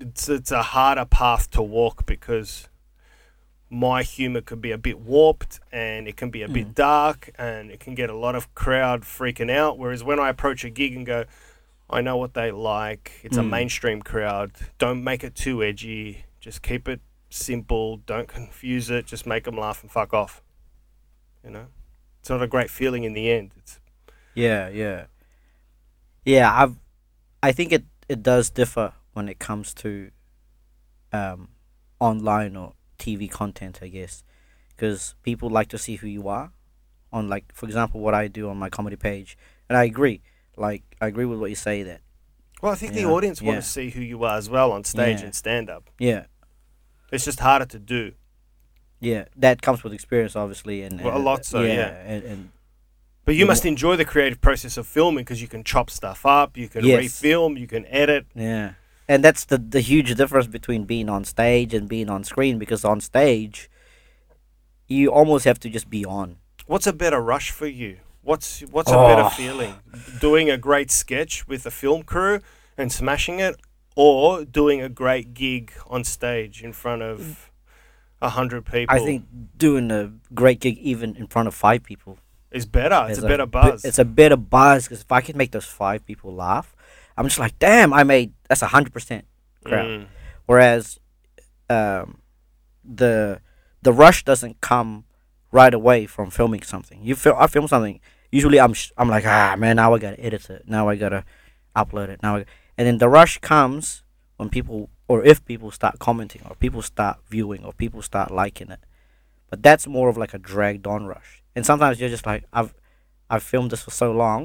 [SPEAKER 1] it's it's a harder path to walk because my humor could be a bit warped and it can be a bit dark and it can get a lot of crowd freaking out. Whereas when I approach a gig and go, I know what they like. It's a mainstream crowd. Don't make it too edgy. Just keep it simple. Don't confuse it. Just make them laugh and fuck off. You know, it's not a great feeling in the end. It's
[SPEAKER 2] yeah, yeah, yeah. I've, I think it it does differ when it comes to, um, online or TV content, I guess, because people like to see who you are, on like for example what I do on my comedy page, and I agree. Like I agree with what you say that
[SPEAKER 1] Well, I think
[SPEAKER 2] Yeah,
[SPEAKER 1] the audience want
[SPEAKER 2] yeah.
[SPEAKER 1] to see who you are as well on stage
[SPEAKER 2] Yeah.
[SPEAKER 1] and stand up.
[SPEAKER 2] yeah.
[SPEAKER 1] It's just harder to do.
[SPEAKER 2] Yeah, that comes with experience, obviously, and,
[SPEAKER 1] Well, a
[SPEAKER 2] and-
[SPEAKER 1] lot so, yeah.
[SPEAKER 2] and, and
[SPEAKER 1] But you
[SPEAKER 2] Yeah.
[SPEAKER 1] must enjoy the creative process of filming because you can chop stuff up, you can
[SPEAKER 2] Yes.
[SPEAKER 1] refilm, you can edit.
[SPEAKER 2] yeah, and that's the the huge difference between being on stage and being on screen because on stage, you almost have to just be on.
[SPEAKER 1] What's a better rush for you? What's what's a better
[SPEAKER 2] Oh.
[SPEAKER 1] feeling? Doing a great sketch with a film crew and smashing it, or doing a great gig on stage in front of a hundred people?
[SPEAKER 2] Mm. I think doing a great gig even in front of five people.
[SPEAKER 1] is better. It's
[SPEAKER 2] is
[SPEAKER 1] a better
[SPEAKER 2] bi-
[SPEAKER 1] buzz.
[SPEAKER 2] It's a better buzz because if I can make those five people laugh, I'm just like, damn, I made that's a hundred percent crowd.
[SPEAKER 1] Mm.
[SPEAKER 2] whereas um, the the rush doesn't come right away from filming something. You feel I film something. Usually I'm sh- I'm like ah man now I gotta edit it now I gotta upload it now I-" and then the rush comes when people or if people start commenting or people start viewing or people start liking it, but that's more of like a dragged on rush. And sometimes you're just like I've I've filmed this for so long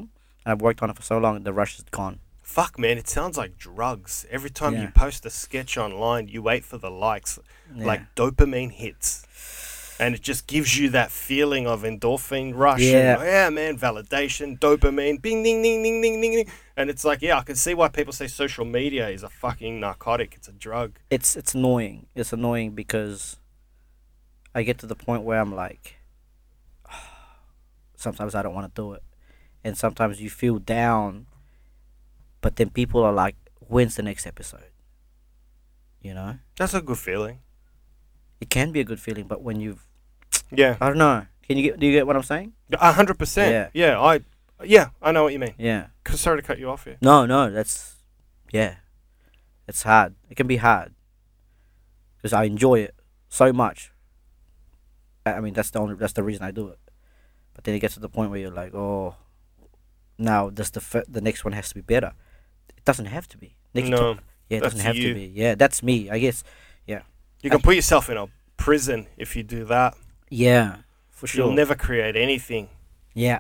[SPEAKER 2] and I've worked on it for so long the rush is gone.
[SPEAKER 1] Fuck, man, it sounds like drugs. Every time you
[SPEAKER 2] Yeah.
[SPEAKER 1] post a sketch online, you wait for the likes,
[SPEAKER 2] Yeah.
[SPEAKER 1] like dopamine hits. And it just gives you that feeling of endorphin rush. and,
[SPEAKER 2] Yeah.
[SPEAKER 1] yeah, man, validation, dopamine, bing, ding, ding, ding, ding, ding, ding. And it's like, yeah, I can see why people say social media is a fucking narcotic. It's a drug.
[SPEAKER 2] it's it's annoying. It's annoying because I get to the point where I'm like, sometimes I don't want to do it, and sometimes you feel down, but then people are like, "When's the next episode?" You know,
[SPEAKER 1] That's a good feeling.
[SPEAKER 2] it can be a good feeling, but when you've,
[SPEAKER 1] Yeah.
[SPEAKER 2] I don't know, can you get do you get what I'm saying?
[SPEAKER 1] A hundred percent. Yeah, I yeah, I know what you mean.
[SPEAKER 2] Yeah.
[SPEAKER 1] C- Sorry to cut you off here.
[SPEAKER 2] No, no, that's yeah, it's hard. It can be hard because I enjoy it so much. I I mean, that's the only that's the reason I do it. But then it gets to the point where you're like, oh, now this the fir- the next one has to be better. It doesn't have to be. Next
[SPEAKER 1] No,
[SPEAKER 2] to- yeah, it doesn't
[SPEAKER 1] that's
[SPEAKER 2] have
[SPEAKER 1] you.
[SPEAKER 2] to be. Yeah, that's me. I guess. Yeah,
[SPEAKER 1] You can put yourself in a prison if you do that.
[SPEAKER 2] yeah, for sure.
[SPEAKER 1] You'll never create anything.
[SPEAKER 2] Yeah.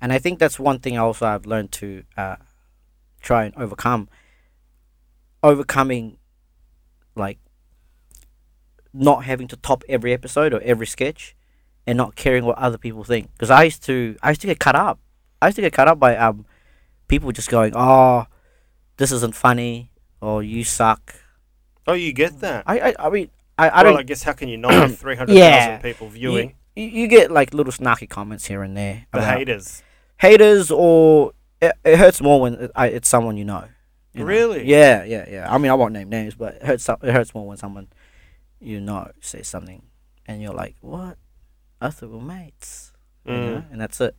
[SPEAKER 2] And I think that's one thing also I've learned to uh, try and overcome. Overcoming, like, not having to top every episode or every sketch, and not caring what other people think. Because I used to, I used to get cut up. I used to get cut up by um, people just going, "Oh, this isn't funny," or "You suck."
[SPEAKER 1] Oh, you get that.
[SPEAKER 2] I, I, I mean, I, I
[SPEAKER 1] well,
[SPEAKER 2] don't.
[SPEAKER 1] I guess how can you not have 300,000
[SPEAKER 2] Yeah.
[SPEAKER 1] people
[SPEAKER 2] you-
[SPEAKER 1] viewing
[SPEAKER 2] You, you get like little snarky comments here and there.
[SPEAKER 1] the
[SPEAKER 2] about-
[SPEAKER 1] haters?
[SPEAKER 2] haters or it, it hurts more when it, I, it's someone you know. you know.
[SPEAKER 1] Really?
[SPEAKER 2] Yeah, yeah, yeah. I mean, I won't name names, but it hurts. so- It hurts more when someone you know says something,
[SPEAKER 1] Mm.
[SPEAKER 2] and you're like, "What? I thought we we're mates," you know, and that's it.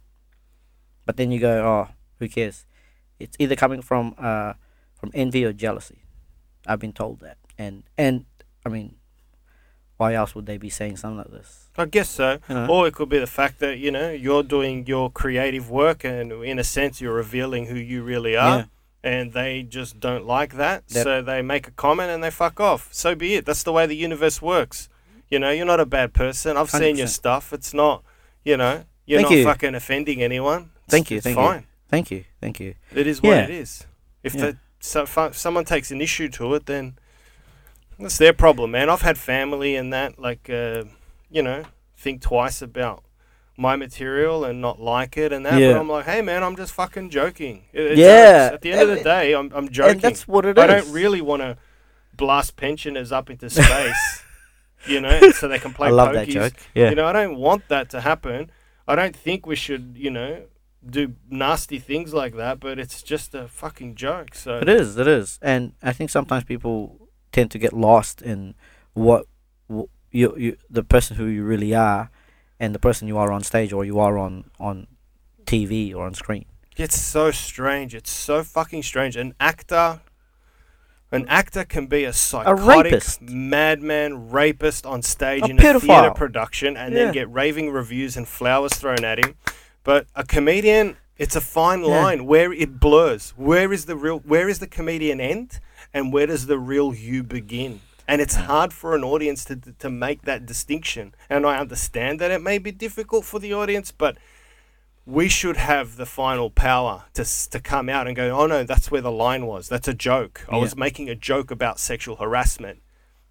[SPEAKER 2] But then you go, oh, who cares? It's either coming from uh, from envy or jealousy. I've been told that, and and I mean, why else would they be saying something like this?
[SPEAKER 1] I guess so.
[SPEAKER 2] You know?
[SPEAKER 1] Or it could be the fact that you know you're doing your creative work, and in a sense, you're revealing who you really are.
[SPEAKER 2] Yeah.
[SPEAKER 1] And they just don't like that,
[SPEAKER 2] That-
[SPEAKER 1] so they make a comment and they fuck off. So be it. That's the way the universe works. You know, you're not a bad person. I've seen your
[SPEAKER 2] 100%.
[SPEAKER 1] stuff. It's not, you know, you're
[SPEAKER 2] Thank
[SPEAKER 1] not
[SPEAKER 2] you.
[SPEAKER 1] fucking offending anyone. It's-
[SPEAKER 2] Thank you,
[SPEAKER 1] It's
[SPEAKER 2] thank you.
[SPEAKER 1] fine.
[SPEAKER 2] Thank you, thank you.
[SPEAKER 1] It is what
[SPEAKER 2] Yeah.
[SPEAKER 1] it is. If
[SPEAKER 2] Yeah.
[SPEAKER 1] the, so, if someone takes an issue to it, then that's their problem, man. I've had family and that, like, uh, you know, think twice about my material and not like it and that.
[SPEAKER 2] Yeah.
[SPEAKER 1] But I'm like, hey, man, I'm just fucking joking. It- it
[SPEAKER 2] Yeah.
[SPEAKER 1] jokes. At the end of the
[SPEAKER 2] And-
[SPEAKER 1] day, I'm, I'm joking.
[SPEAKER 2] And that's what it is.
[SPEAKER 1] I don't really want to blast pensioners up into space, you know, so they can play
[SPEAKER 2] I love that
[SPEAKER 1] pokies.
[SPEAKER 2] joke. Yeah.
[SPEAKER 1] You know, I don't want that to happen. I don't think we should, you know, do nasty things like that, but it's just a fucking joke. So
[SPEAKER 2] It is, it is, and I think sometimes people tend to get lost in what, wh- you, you the person who you really are, and the person you are on stage or you are on on TV or on screen.
[SPEAKER 1] it's so strange. It's so fucking strange. An actor an actor can be a psychotic
[SPEAKER 2] rapist.
[SPEAKER 1] madman rapist on stage
[SPEAKER 2] A
[SPEAKER 1] in a theater
[SPEAKER 2] pedophile.
[SPEAKER 1] production and
[SPEAKER 2] Yeah.
[SPEAKER 1] then get raving reviews and flowers thrown at him. But a comedian, it's a fine
[SPEAKER 2] Yeah.
[SPEAKER 1] line where it blurs. Where is the real where is the comedian end and where does the real you begin? And it's hard for an audience to, to make that distinction. And I understand that it may be difficult for the audience, but we should have the final power to, s- to come out and go, oh no, that's where the line was. That's a joke. I
[SPEAKER 2] Yeah.
[SPEAKER 1] was making a joke about sexual harassment.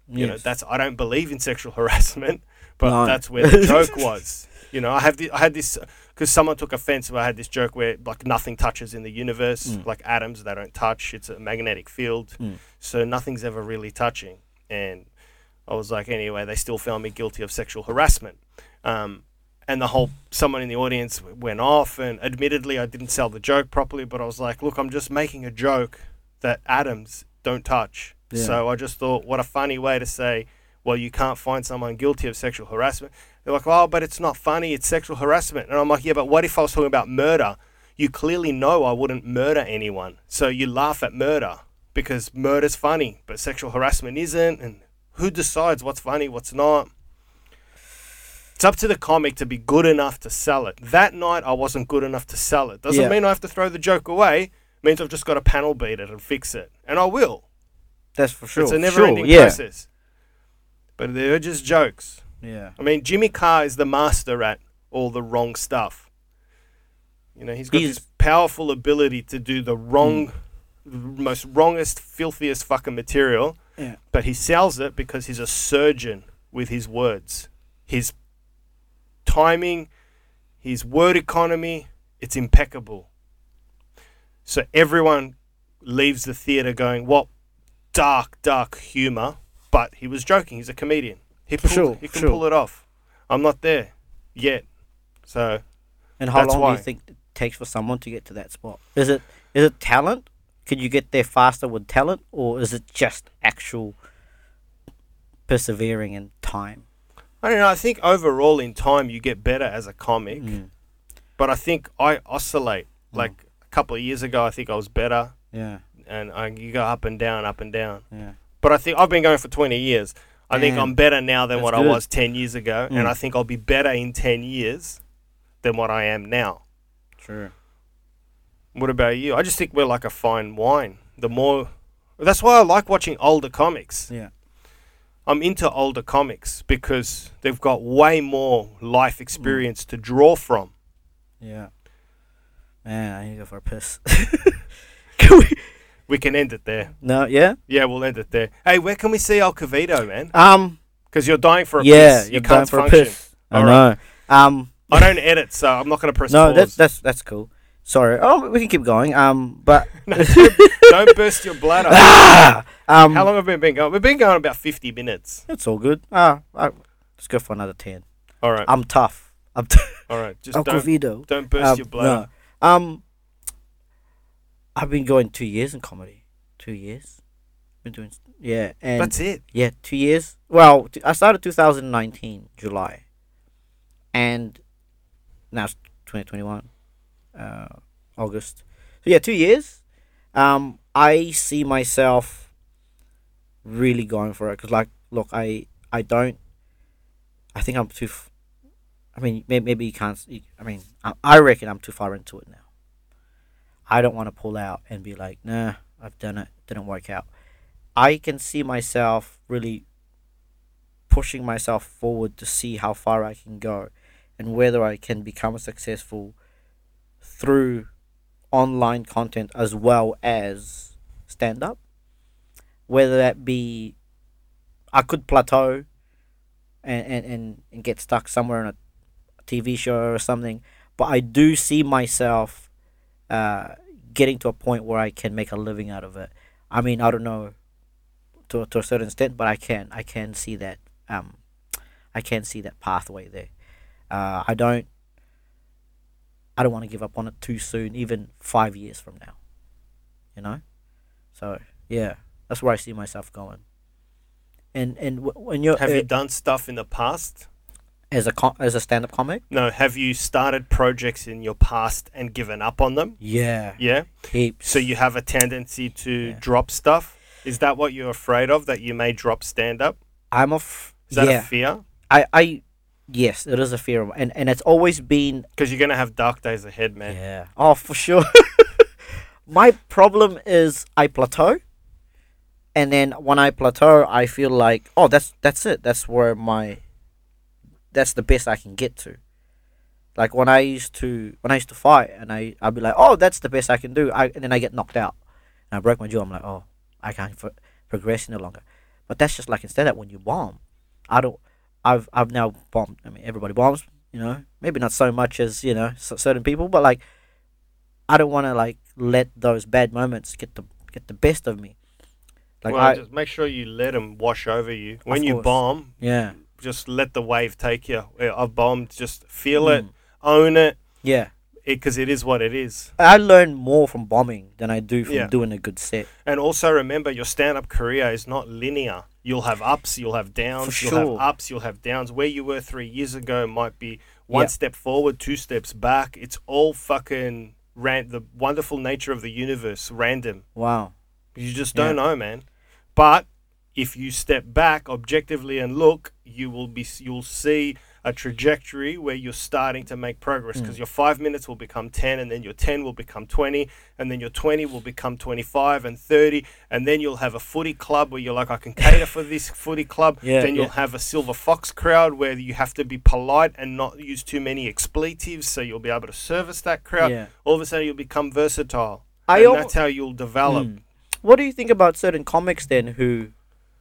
[SPEAKER 1] You know,
[SPEAKER 2] Yes.
[SPEAKER 1] that's I don't believe in sexual harassment, but
[SPEAKER 2] No.
[SPEAKER 1] that's where the joke was. You know, I have the, I had this because someone took offense. when I had this joke where like nothing touches in the universe,
[SPEAKER 2] Mm.
[SPEAKER 1] like atoms they don't touch. It's a magnetic field, so nothing's ever really touching. And I was like, anyway, they still found me guilty of sexual harassment. Um, and the whole someone in the audience w- went off, and admittedly, I didn't sell the joke properly, but I was like, look, I'm just making a joke that atoms don't touch.
[SPEAKER 2] Yeah.
[SPEAKER 1] So I just thought, what a funny way to say, well, you can't find someone guilty of sexual harassment. They're like, oh, but it's not funny, it's sexual harassment. And I'm like, yeah, but what if I was talking about murder? You clearly know I wouldn't murder anyone. So you laugh at murder because murder's funny, but sexual harassment isn't. And who decides what's funny, what's not? It's up to the comic to be good enough to sell it. That night, I wasn't good enough to sell it. Doesn't
[SPEAKER 2] Yeah.
[SPEAKER 1] mean I have to throw the joke away. means I've just got to panel beat it and fix it, and I will.
[SPEAKER 2] That's for sure.
[SPEAKER 1] it's a never-ending
[SPEAKER 2] sure, yeah.
[SPEAKER 1] process. But they're just jokes.
[SPEAKER 2] Yeah.
[SPEAKER 1] I mean, Jimmy Carr is the master at all the wrong stuff. You know, he's got
[SPEAKER 2] He's-
[SPEAKER 1] this powerful ability to do the wrong, most wrongest, filthiest fucking material,
[SPEAKER 2] Yeah.
[SPEAKER 1] but he sells it because he's a surgeon with his words. His timing, his word economy, it's impeccable. So everyone leaves the theater going, "What dark, dark humor!" But he was joking. He's a comedian. He
[SPEAKER 2] For
[SPEAKER 1] pulled,
[SPEAKER 2] sure,
[SPEAKER 1] He can
[SPEAKER 2] sure.
[SPEAKER 1] pull it off. I'm not there yet. So
[SPEAKER 2] And how
[SPEAKER 1] That's
[SPEAKER 2] long
[SPEAKER 1] why.
[SPEAKER 2] do you think it takes for someone to get to that spot? Is it is it talent? Can you get there faster with talent, or is it just actual persevering and time?
[SPEAKER 1] I don't know. I think overall in time you get better as a comic,
[SPEAKER 2] Mm.
[SPEAKER 1] but I think I oscillate. Like a couple of years ago, I think I was better,
[SPEAKER 2] Yeah,
[SPEAKER 1] and I, you go up and down, up and down.
[SPEAKER 2] yeah.
[SPEAKER 1] But I think I've been going for 20 years. I think
[SPEAKER 2] Damn.
[SPEAKER 1] I'm better now than
[SPEAKER 2] That's
[SPEAKER 1] what I
[SPEAKER 2] good.
[SPEAKER 1] was 10 years ago, and
[SPEAKER 2] Mm.
[SPEAKER 1] I think I'll be better in 10 years than what I am now.
[SPEAKER 2] True.
[SPEAKER 1] What about you? I just think we're like a fine wine. The more that's why I like watching older comics.
[SPEAKER 2] Yeah.
[SPEAKER 1] I'm into older comics because they've got way more
[SPEAKER 2] Mm.
[SPEAKER 1] life experience to draw from.
[SPEAKER 2] Yeah. Man, I need to go for a piss. Can we?
[SPEAKER 1] We can end it there.
[SPEAKER 2] No, yeah.
[SPEAKER 1] Yeah, we'll end it there. Hey, where can we see Alcavito, man?
[SPEAKER 2] Um.
[SPEAKER 1] Because you're dying for a
[SPEAKER 2] yeah,
[SPEAKER 1] piss.
[SPEAKER 2] you're
[SPEAKER 1] You can't
[SPEAKER 2] going for
[SPEAKER 1] function.
[SPEAKER 2] a piss. I
[SPEAKER 1] All
[SPEAKER 2] know. Um.
[SPEAKER 1] I don't edit, so I'm not going to press
[SPEAKER 2] No,
[SPEAKER 1] pause.
[SPEAKER 2] that's that's that's cool. Sorry. Oh, we can keep going. Um. But
[SPEAKER 1] don't burst your bladder.
[SPEAKER 2] um.
[SPEAKER 1] How long have we been going? We've been going about 50 minutes.
[SPEAKER 2] It's all good. Ah, uh, let's go for another ten.
[SPEAKER 1] All right.
[SPEAKER 2] I'm tough. I'm t-
[SPEAKER 1] all right. Just
[SPEAKER 2] Uncle
[SPEAKER 1] don't,
[SPEAKER 2] Vito.
[SPEAKER 1] don't burst
[SPEAKER 2] Um,
[SPEAKER 1] your bladder.
[SPEAKER 2] no. Um, I've been going two years in comedy. Two years. Been doing st- yeah, and
[SPEAKER 1] That's it.
[SPEAKER 2] yeah, two years. Well, t- I started 2019 July, and now it's 2021. uh, August. So yeah, two years. Um, I see myself really going for it because, like, look, I I don't. I think I'm too. F- I mean, maybe, maybe you can't. s- you- I mean, I, I reckon I'm too far into it now. I don't want to pull out and be like, nah, I've done it. Didn't work out. I can see myself really pushing myself forward to see how far I can go and whether I can become successful through online content as well as stand up. Whether that be I could plateau and, and, and, and get stuck somewhere in a TV show or something, but I do see myself uh, getting to a point where I can make a living out of it. I mean, I don't know to, to a certain extent, but I can I can see that um, I can see that pathway there. Uh, I don't I don't want to give up on it too soon, even five years from now. You know, so yeah, that's where I see myself going. And and wh- when you're
[SPEAKER 1] Have
[SPEAKER 2] uh,
[SPEAKER 1] you done stuff in the past?
[SPEAKER 2] as a co as a stand up comic,
[SPEAKER 1] No. Have you started projects in your past and given up on them?
[SPEAKER 2] yeah,
[SPEAKER 1] Yeah.
[SPEAKER 2] heaps.
[SPEAKER 1] So you have a tendency to
[SPEAKER 2] Yeah.
[SPEAKER 1] drop stuff. Is that what you're afraid of? That you may drop stand up?
[SPEAKER 2] I'm a f-
[SPEAKER 1] Is that
[SPEAKER 2] yeah.
[SPEAKER 1] a fear?
[SPEAKER 2] I, I yes, it is a fear, of- and and it's always been
[SPEAKER 1] Because you're gonna have dark days ahead, man.
[SPEAKER 2] yeah. Oh, for sure. My problem is I plateau, and then when I plateau, I feel like oh that's that's it. That's where my that's the best I can get to. Like when I used to when I used to fight, and I I'd be like oh that's the best I can do. I and then I get knocked out, and I broke my jaw. I'm like oh I can't f- progress no longer. But that's just like instead of when you bomb, I don't. I've I've now bombed. I mean everybody bombs. You know, maybe not so much as you know s- certain people, but like I don't want to like let those bad moments get the get the best of me. Like
[SPEAKER 1] well,
[SPEAKER 2] I
[SPEAKER 1] just make sure you let them wash over you. When you
[SPEAKER 2] course.
[SPEAKER 1] bomb,
[SPEAKER 2] yeah
[SPEAKER 1] just let the wave take you. Uh, I've bombed. Just feel
[SPEAKER 2] Mm.
[SPEAKER 1] it, own it,
[SPEAKER 2] yeah.
[SPEAKER 1] because it is what it is.
[SPEAKER 2] I learn more from bombing than I do from
[SPEAKER 1] Yeah.
[SPEAKER 2] doing a good set.
[SPEAKER 1] And also remember, your stand-up career is not linear. You'll have ups, you'll have downs,
[SPEAKER 2] For
[SPEAKER 1] you'll
[SPEAKER 2] sure.
[SPEAKER 1] have ups, you'll have downs. Where you were three years ago might be one
[SPEAKER 2] Yeah.
[SPEAKER 1] step forward, two steps back. It's all fucking ran- the wonderful nature of the universe, random.
[SPEAKER 2] Wow.
[SPEAKER 1] You just
[SPEAKER 2] Yeah.
[SPEAKER 1] don't know, man. But if you step back objectively and look, you will be you'll see a trajectory where you're starting to make progress
[SPEAKER 2] Hmm.
[SPEAKER 1] because your 5 minutes will become 10 and then your 10 will become 20 and then your 20 will become 25 and 30 and then you'll have a footy club where you're like I can cater for this footy club
[SPEAKER 2] Yeah,
[SPEAKER 1] then you'll
[SPEAKER 2] yeah.
[SPEAKER 1] have a silver fox crowd where you have to be polite and not use too many expletives so you'll be able to service that crowd
[SPEAKER 2] Yeah.
[SPEAKER 1] all of a sudden you'll become versatile
[SPEAKER 2] I
[SPEAKER 1] and
[SPEAKER 2] al- Hmm.
[SPEAKER 1] that's how you'll develop
[SPEAKER 2] What do you think about certain comics then who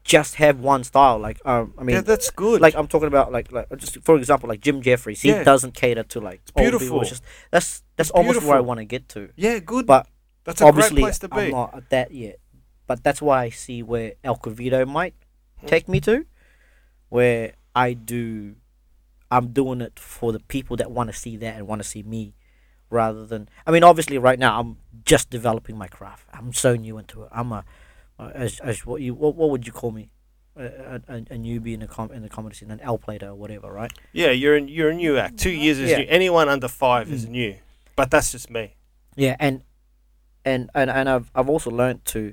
[SPEAKER 2] just have one style? Like um, I mean,
[SPEAKER 1] Yeah, that's good.
[SPEAKER 2] like I'm talking about like like just for example like Jim Jeffries. He
[SPEAKER 1] Yeah.
[SPEAKER 2] doesn't cater to like old people.
[SPEAKER 1] beautiful.
[SPEAKER 2] It's just that's that's almost where I
[SPEAKER 1] beautiful.
[SPEAKER 2] want to get to.
[SPEAKER 1] yeah, good.
[SPEAKER 2] But
[SPEAKER 1] that's a great
[SPEAKER 2] obviously
[SPEAKER 1] place to
[SPEAKER 2] I'm
[SPEAKER 1] be.
[SPEAKER 2] not at that yet. But that's why I see where El Cavito might
[SPEAKER 1] Hmm.
[SPEAKER 2] take me to, where I do, I'm doing it for the people that want to see that and want to see me, rather than. I mean, obviously, right now I'm just developing my craft. I'm so new into it. I'm a, a- as, as what you what, what would you call me, a, a, a a newbie in the com in the comedy scene, an L plater or whatever, right?
[SPEAKER 1] Yeah, you're in, you're a new act. Two years is
[SPEAKER 2] Yeah.
[SPEAKER 1] new.
[SPEAKER 2] Mm.
[SPEAKER 1] Anyone under five is new. But that's just me.
[SPEAKER 2] Yeah, and and and, and I've I've also learned to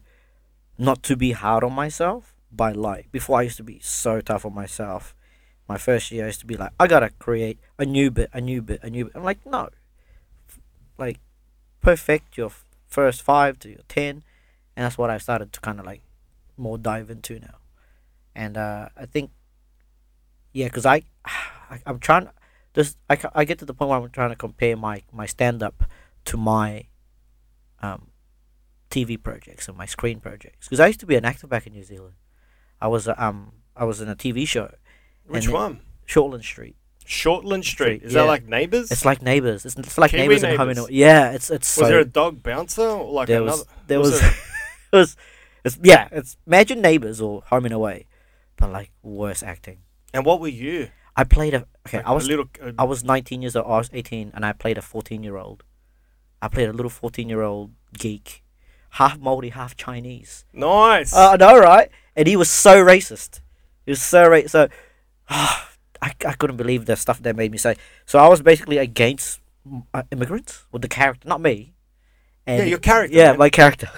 [SPEAKER 2] not to be hard on myself by like before I used to be so tough on myself. My first year I used to be like, I gotta create a new bit, a new bit, a new bit. I'm like, no. Like perfect your f- first five to your ten and that's what I started to kinda like more dive into now. And uh I think yeah, because I, I I'm trying this I, ca- I get to the point where I'm trying to compare my my stand up to my um, TV projects and my screen projects because I used to be an actor back in New Zealand. I was a, um I was in a TV show,
[SPEAKER 1] Which
[SPEAKER 2] And-
[SPEAKER 1] one?
[SPEAKER 2] Shortland Street.
[SPEAKER 1] Shortland Street. Is
[SPEAKER 2] yeah.
[SPEAKER 1] that like neighbours?
[SPEAKER 2] It's like neighbors. It's, it's like
[SPEAKER 1] Kiwi
[SPEAKER 2] neighbors and home and
[SPEAKER 1] Neighbours.
[SPEAKER 2] Away. yeah. It's it's
[SPEAKER 1] was
[SPEAKER 2] so
[SPEAKER 1] there a dog bouncer? Or like
[SPEAKER 2] there
[SPEAKER 1] another?
[SPEAKER 2] was there
[SPEAKER 1] was
[SPEAKER 2] was
[SPEAKER 1] there-
[SPEAKER 2] it was it's yeah. It's imagine neighbors or home and away, but like worse acting.
[SPEAKER 1] and what were you?
[SPEAKER 2] I played a okay. I
[SPEAKER 1] A
[SPEAKER 2] was
[SPEAKER 1] little. uh,
[SPEAKER 2] I was 19 years old. I was 18, and I played a 14 year old. I played a little 14 year old geek, half Maori, half Chinese.
[SPEAKER 1] nice.
[SPEAKER 2] Uh, I know, right? And he was so racist. He was so racist. So I, I couldn't believe the stuff they made me say. So I was basically against uh, immigrants with the character, not me. And
[SPEAKER 1] Yeah, your character,
[SPEAKER 2] Yeah,
[SPEAKER 1] man.
[SPEAKER 2] my character.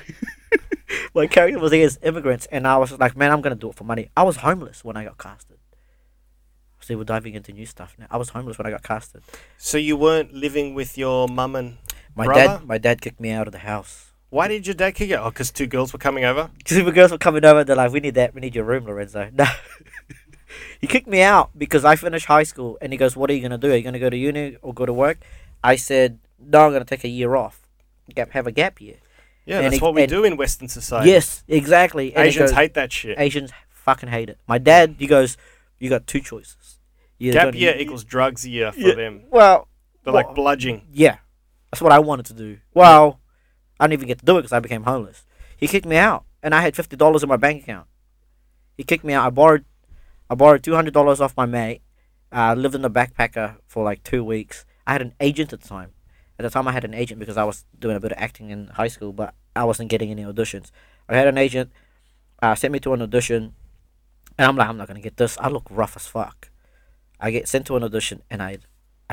[SPEAKER 2] my character was against immigrants, and I was just like, man, I'm gonna do it for money. I was homeless when I got casted. See, we're diving into new stuff now. I was homeless when I got casted.
[SPEAKER 1] So you weren't living with your mum and
[SPEAKER 2] My
[SPEAKER 1] brother?
[SPEAKER 2] dad, my dad kicked me out of the house.
[SPEAKER 1] Why did your dad kick you? Oh, because two girls were coming over.
[SPEAKER 2] Because the girls were coming over, they're like, "We need that. We need your room, Lorenzo." No, he kicked me out because I finished high school, and he goes, "What are you gonna do? Are you gonna go to uni or go to work?" I said, "No, I'm gonna take a year off, gap, have a gap year."
[SPEAKER 1] Yeah,
[SPEAKER 2] And
[SPEAKER 1] that's
[SPEAKER 2] it-
[SPEAKER 1] what we
[SPEAKER 2] and-
[SPEAKER 1] do in Western society.
[SPEAKER 2] Yes, exactly. And he
[SPEAKER 1] Asians
[SPEAKER 2] goes-
[SPEAKER 1] hate that shit.
[SPEAKER 2] Asians fucking hate it. My dad, he goes, "You got two choices." You
[SPEAKER 1] Gap year equals drugs year for
[SPEAKER 2] Yeah.
[SPEAKER 1] them.
[SPEAKER 2] Well,
[SPEAKER 1] They're
[SPEAKER 2] Well-
[SPEAKER 1] like bludging.
[SPEAKER 2] yeah, that's what I wanted to do. Well, I didn't even get to do it because I became homeless. He kicked me out, and I had fifty dollars in my bank account. He kicked me out. I borrowed, I borrowed two hundred dollars off my mate. I lived in a backpacker for like two weeks. I had an agent at the time. At the time, I had an agent because I was doing a bit of acting in high school, but I wasn't getting any auditions. I had an agent. Uh, sent me to an audition, and I'm like, I'm not gonna get this. I look rough as fuck. I get sent to an audition, and I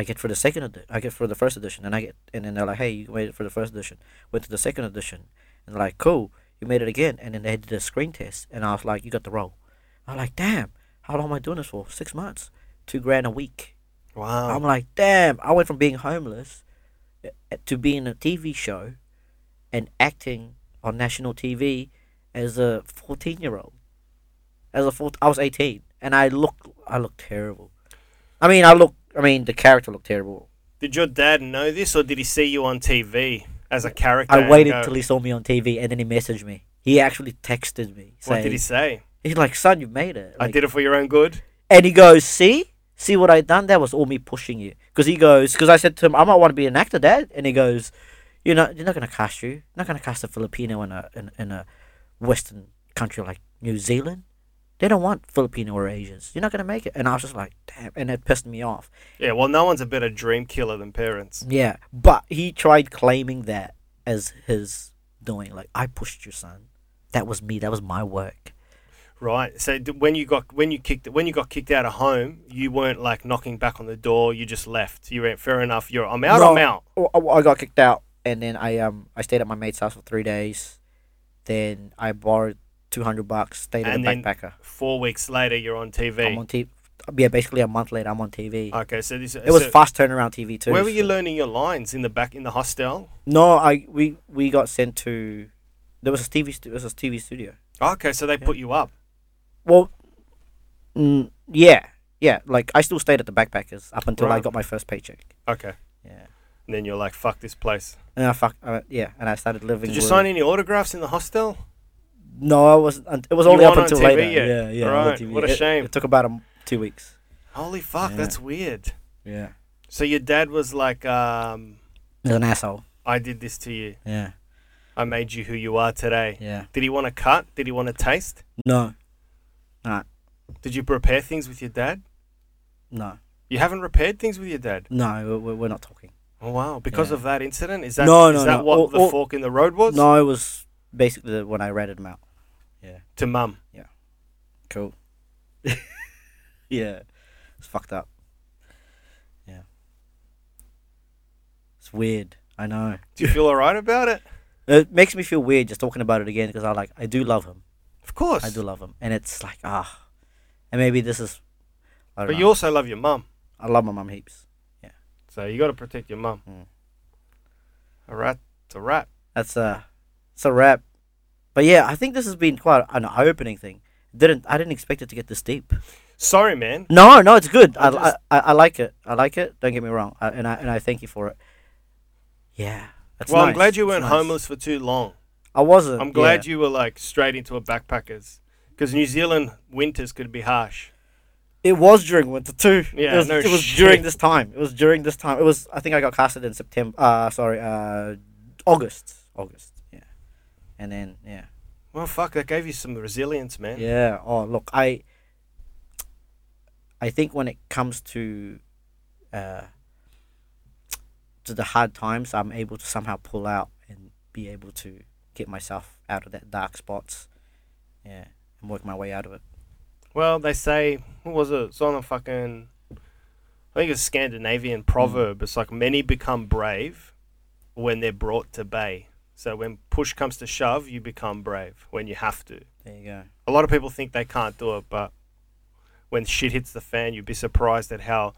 [SPEAKER 2] I get for the second edition. I get for the first edition, and I get, and then they're like, "Hey, you made it for the first edition." Went to the second edition, and they're like, "Cool, you made it again." And then they did a screen test, and I was like, "You got the role." I'm like, "Damn, how long am I doing this for? Six months, two grand a week."
[SPEAKER 1] Wow.
[SPEAKER 2] I'm like, "Damn, I went from being homeless eh, to being a TV show, and acting on national TV as a 14 year old. As a 14, I was 18, and I looked, I looked terrible. I mean, I look, I mean, the character looked terrible."
[SPEAKER 1] did your dad know this, or did he see you on TV as a character?
[SPEAKER 2] I
[SPEAKER 1] and
[SPEAKER 2] waited
[SPEAKER 1] go-
[SPEAKER 2] till he saw me on TV, and then he messaged me. He actually texted me
[SPEAKER 1] What
[SPEAKER 2] saying,
[SPEAKER 1] did he say?
[SPEAKER 2] "He's like, son, you made it."
[SPEAKER 1] I
[SPEAKER 2] Like-
[SPEAKER 1] did it for your own good.
[SPEAKER 2] and he goes, "See, see what I done? That was all me pushing you." Because he goes, "Because I said to him, I might want to be an actor, Dad," and he goes, "You know, you're not gonna cast you. Not gonna cast a Filipino in a in, in a Western country like New Zealand. They don't want Filipino or Asians. You're not gonna make it." And I was just like, "Damn!" And it pissed me off.
[SPEAKER 1] Yeah. Well, no one's a better dream killer than parents.
[SPEAKER 2] Yeah, but he tried claiming that as his doing. Like I pushed your son. That was me. That was my work.
[SPEAKER 1] Right. So d- when you got when you kicked when you got kicked out of home, you weren't like knocking back on the door. You just left. You went fair enough. You're I'm out.
[SPEAKER 2] No.
[SPEAKER 1] I'm out.
[SPEAKER 2] Oh, oh, I got kicked out, and then I um I stayed at my mate's house for three days. Then I borrowed two hundred bucks. Stayed at a
[SPEAKER 1] And then
[SPEAKER 2] backpacker.
[SPEAKER 1] Four weeks later, you're on TV.
[SPEAKER 2] I'm on TV. Yeah, basically a month later, I'm on TV.
[SPEAKER 1] okay. So this
[SPEAKER 2] it was
[SPEAKER 1] Uh, so
[SPEAKER 2] fast turnaround TV too.
[SPEAKER 1] Where were you
[SPEAKER 2] so-
[SPEAKER 1] learning your lines in the back in the hostel?
[SPEAKER 2] no, I we we got sent to. There was a TV. Stu- there was a TV studio.
[SPEAKER 1] Okay, so they put you up.
[SPEAKER 2] Well, mm, yeah, yeah. Like I still stayed at the backpackers up until I
[SPEAKER 1] Right.
[SPEAKER 2] got my first paycheck.
[SPEAKER 1] Okay.
[SPEAKER 2] Yeah.
[SPEAKER 1] And then you're like, fuck this place.
[SPEAKER 2] And I fuck. Uh, yeah. And I started living.
[SPEAKER 1] Did you
[SPEAKER 2] with-
[SPEAKER 1] sign any autographs in the hostel?
[SPEAKER 2] No, I wasn't. un- It was
[SPEAKER 1] You
[SPEAKER 2] only up
[SPEAKER 1] weren't on
[SPEAKER 2] until
[SPEAKER 1] TV
[SPEAKER 2] later.
[SPEAKER 1] yet?
[SPEAKER 2] Yeah, yeah. I was on
[SPEAKER 1] Right,
[SPEAKER 2] TV.
[SPEAKER 1] what a
[SPEAKER 2] It-
[SPEAKER 1] shame.
[SPEAKER 2] It, took about um, two weeks.
[SPEAKER 1] Holy fuck,
[SPEAKER 2] Yeah.
[SPEAKER 1] that's weird.
[SPEAKER 2] Yeah.
[SPEAKER 1] So your dad was like, um,
[SPEAKER 2] He's an asshole.
[SPEAKER 1] I did this to you.
[SPEAKER 2] Yeah.
[SPEAKER 1] I made you who you are today.
[SPEAKER 2] Yeah.
[SPEAKER 1] Did he want to cut? Did he want to taste?
[SPEAKER 2] No.
[SPEAKER 1] Did you prepare things with your dad?
[SPEAKER 2] No.
[SPEAKER 1] You haven't repaired things with your dad.
[SPEAKER 2] No. We're, we're not talking.
[SPEAKER 1] Oh wow! Because
[SPEAKER 2] Yeah.
[SPEAKER 1] of that incident, is that
[SPEAKER 2] No,
[SPEAKER 1] is
[SPEAKER 2] no,
[SPEAKER 1] that
[SPEAKER 2] no.
[SPEAKER 1] what
[SPEAKER 2] Or-
[SPEAKER 1] the
[SPEAKER 2] or-
[SPEAKER 1] fork in the road was?
[SPEAKER 2] No, it was basically the- when I ratted him out.
[SPEAKER 1] To mum.
[SPEAKER 2] Cool. yeah. It's fucked up. Yeah. It's weird. I know.
[SPEAKER 1] Do you feel alright about it?
[SPEAKER 2] It makes me feel weird just talking about it again because I like I do love him.
[SPEAKER 1] Of course.
[SPEAKER 2] I do love him, and it's like ah, and maybe this is. I don't
[SPEAKER 1] But
[SPEAKER 2] know.
[SPEAKER 1] you also love your mum,
[SPEAKER 2] I love my mum heaps.
[SPEAKER 1] so you got to protect your mum.
[SPEAKER 2] Mm.
[SPEAKER 1] A rat, it's a rat.
[SPEAKER 2] That's a, it's a wrap. But yeah, I think this has been quite an eye-opening thing. Didn't I didn't expect it to get this deep.
[SPEAKER 1] Sorry, man.
[SPEAKER 2] No, no, it's good. I,
[SPEAKER 1] I
[SPEAKER 2] I,
[SPEAKER 1] just-
[SPEAKER 2] I, I like it. I like it. Don't get me wrong. I, and I and I thank you for it. Yeah. That's
[SPEAKER 1] well, I'm
[SPEAKER 2] nice.
[SPEAKER 1] glad you
[SPEAKER 2] That's
[SPEAKER 1] weren't
[SPEAKER 2] nice.
[SPEAKER 1] homeless for too long.
[SPEAKER 2] I wasn't.
[SPEAKER 1] I'm glad you were like straight into a backpackers because New Zealand winters could be harsh.
[SPEAKER 2] It was during winter too.
[SPEAKER 1] Yeah,
[SPEAKER 2] it was,
[SPEAKER 1] no
[SPEAKER 2] it was
[SPEAKER 1] shit.
[SPEAKER 2] during this time. It was during this time. It was. I think I got casted in September. Uh, sorry, uh, August. August. Yeah, and then yeah,
[SPEAKER 1] Well, fuck, that gave you some resilience, man.
[SPEAKER 2] yeah. Oh, look, I. I think when it comes to, uh, to the hard times, I'm able to somehow pull out and be able to get myself out of that dark spots, yeah, and work my way out of it.
[SPEAKER 1] Well, they say what was it? It's on a fucking. I think it's a Scandinavian proverb. It's like many become brave when they're brought to bay. So when push comes to shove, you become brave when you have to.
[SPEAKER 2] There you go.
[SPEAKER 1] A lot of people think they can't do it, but when shit hits the fan, you'd be surprised at how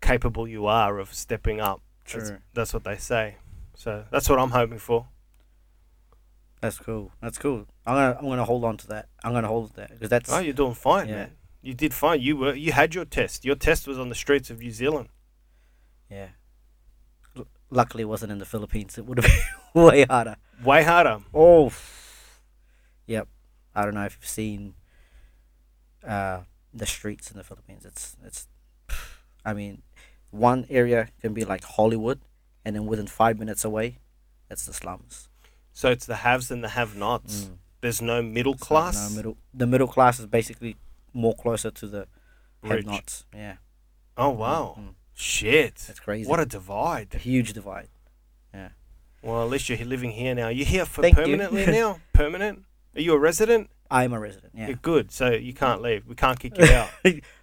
[SPEAKER 1] capable you are of stepping up. That's,
[SPEAKER 2] True.
[SPEAKER 1] that's what they say. So that's what I'm hoping for.
[SPEAKER 2] That's cool. That's cool. I'm gonna I'm gonna hold on to that. I'm gonna hold that because that's
[SPEAKER 1] Oh, you're doing fine,
[SPEAKER 2] Yeah.
[SPEAKER 1] man. You did fine. You were you had your test. Your test was on the streets of New Zealand.
[SPEAKER 2] yeah. L- luckily, it wasn't in the Philippines. It would have been way harder.
[SPEAKER 1] Way harder.
[SPEAKER 2] Oh. Yep. I don't know if you've seen uh, the streets in the Philippines. It's it's. I mean, one area can be like Hollywood, and then within five minutes away, it's the slums.
[SPEAKER 1] So it's the haves and the have-nots.
[SPEAKER 2] Mm.
[SPEAKER 1] There's no middle
[SPEAKER 2] It's like
[SPEAKER 1] class.
[SPEAKER 2] no middle, the middle class is basically more closer to the
[SPEAKER 1] Rich.
[SPEAKER 2] have-nots. Yeah.
[SPEAKER 1] Oh wow.
[SPEAKER 2] Mm.
[SPEAKER 1] Shit.
[SPEAKER 2] That's crazy.
[SPEAKER 1] What
[SPEAKER 2] What
[SPEAKER 1] a
[SPEAKER 2] a
[SPEAKER 1] divide.
[SPEAKER 2] huge divide.
[SPEAKER 1] Well, at least you're living here now. You're here for
[SPEAKER 2] Thank you.
[SPEAKER 1] permanently now. Permanent? Are you a resident?
[SPEAKER 2] I'm a resident. Yeah.
[SPEAKER 1] You're good. So you can't leave. We can't kick you out.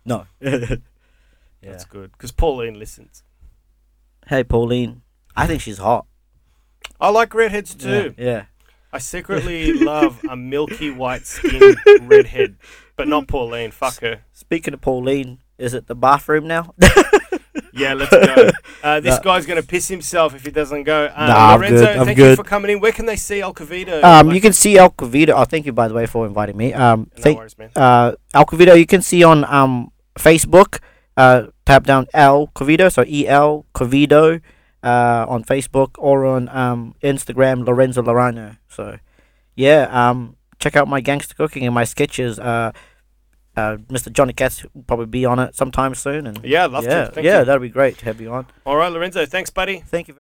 [SPEAKER 2] No. yeah.
[SPEAKER 1] That's good. Because Pauline listens.
[SPEAKER 2] Hey, Pauline. I think she's hot.
[SPEAKER 1] I like redheads too.
[SPEAKER 2] Yeah. yeah.
[SPEAKER 1] I secretly love a milky white skinned redhead, but not Pauline. Fuck her.
[SPEAKER 2] Speaking of Pauline, is it the bathroom now?
[SPEAKER 1] Yeah, let's go. Uh, this
[SPEAKER 2] Nah.
[SPEAKER 1] guy's gonna piss himself if he doesn't go. Uh,
[SPEAKER 2] Nah, I'm
[SPEAKER 1] Lorenzo,
[SPEAKER 2] good, I'm
[SPEAKER 1] thank you
[SPEAKER 2] good.
[SPEAKER 1] for coming in. Where can they see Alcavito?
[SPEAKER 2] Um,
[SPEAKER 1] Like-
[SPEAKER 2] you can see Alcovito. Oh, thank you by the way for inviting me. Um,
[SPEAKER 1] no
[SPEAKER 2] thank
[SPEAKER 1] worries, man.
[SPEAKER 2] uh, Alcovito. You can see on um Facebook. Uh, tap down L Covito, so E L Covito, uh, on Facebook or on um Instagram Lorenzo Lorano. So, yeah, um, check out my gangster cooking and my sketches. Uh, uh, Mr. Johnny Katz will probably be on it sometime soon, and
[SPEAKER 1] Yeah, I'd love
[SPEAKER 2] yeah,
[SPEAKER 1] to. Thank
[SPEAKER 2] yeah,
[SPEAKER 1] you.
[SPEAKER 2] that'd be great to have you on.
[SPEAKER 1] All right, Lorenzo. Thanks, buddy.
[SPEAKER 2] Thank you.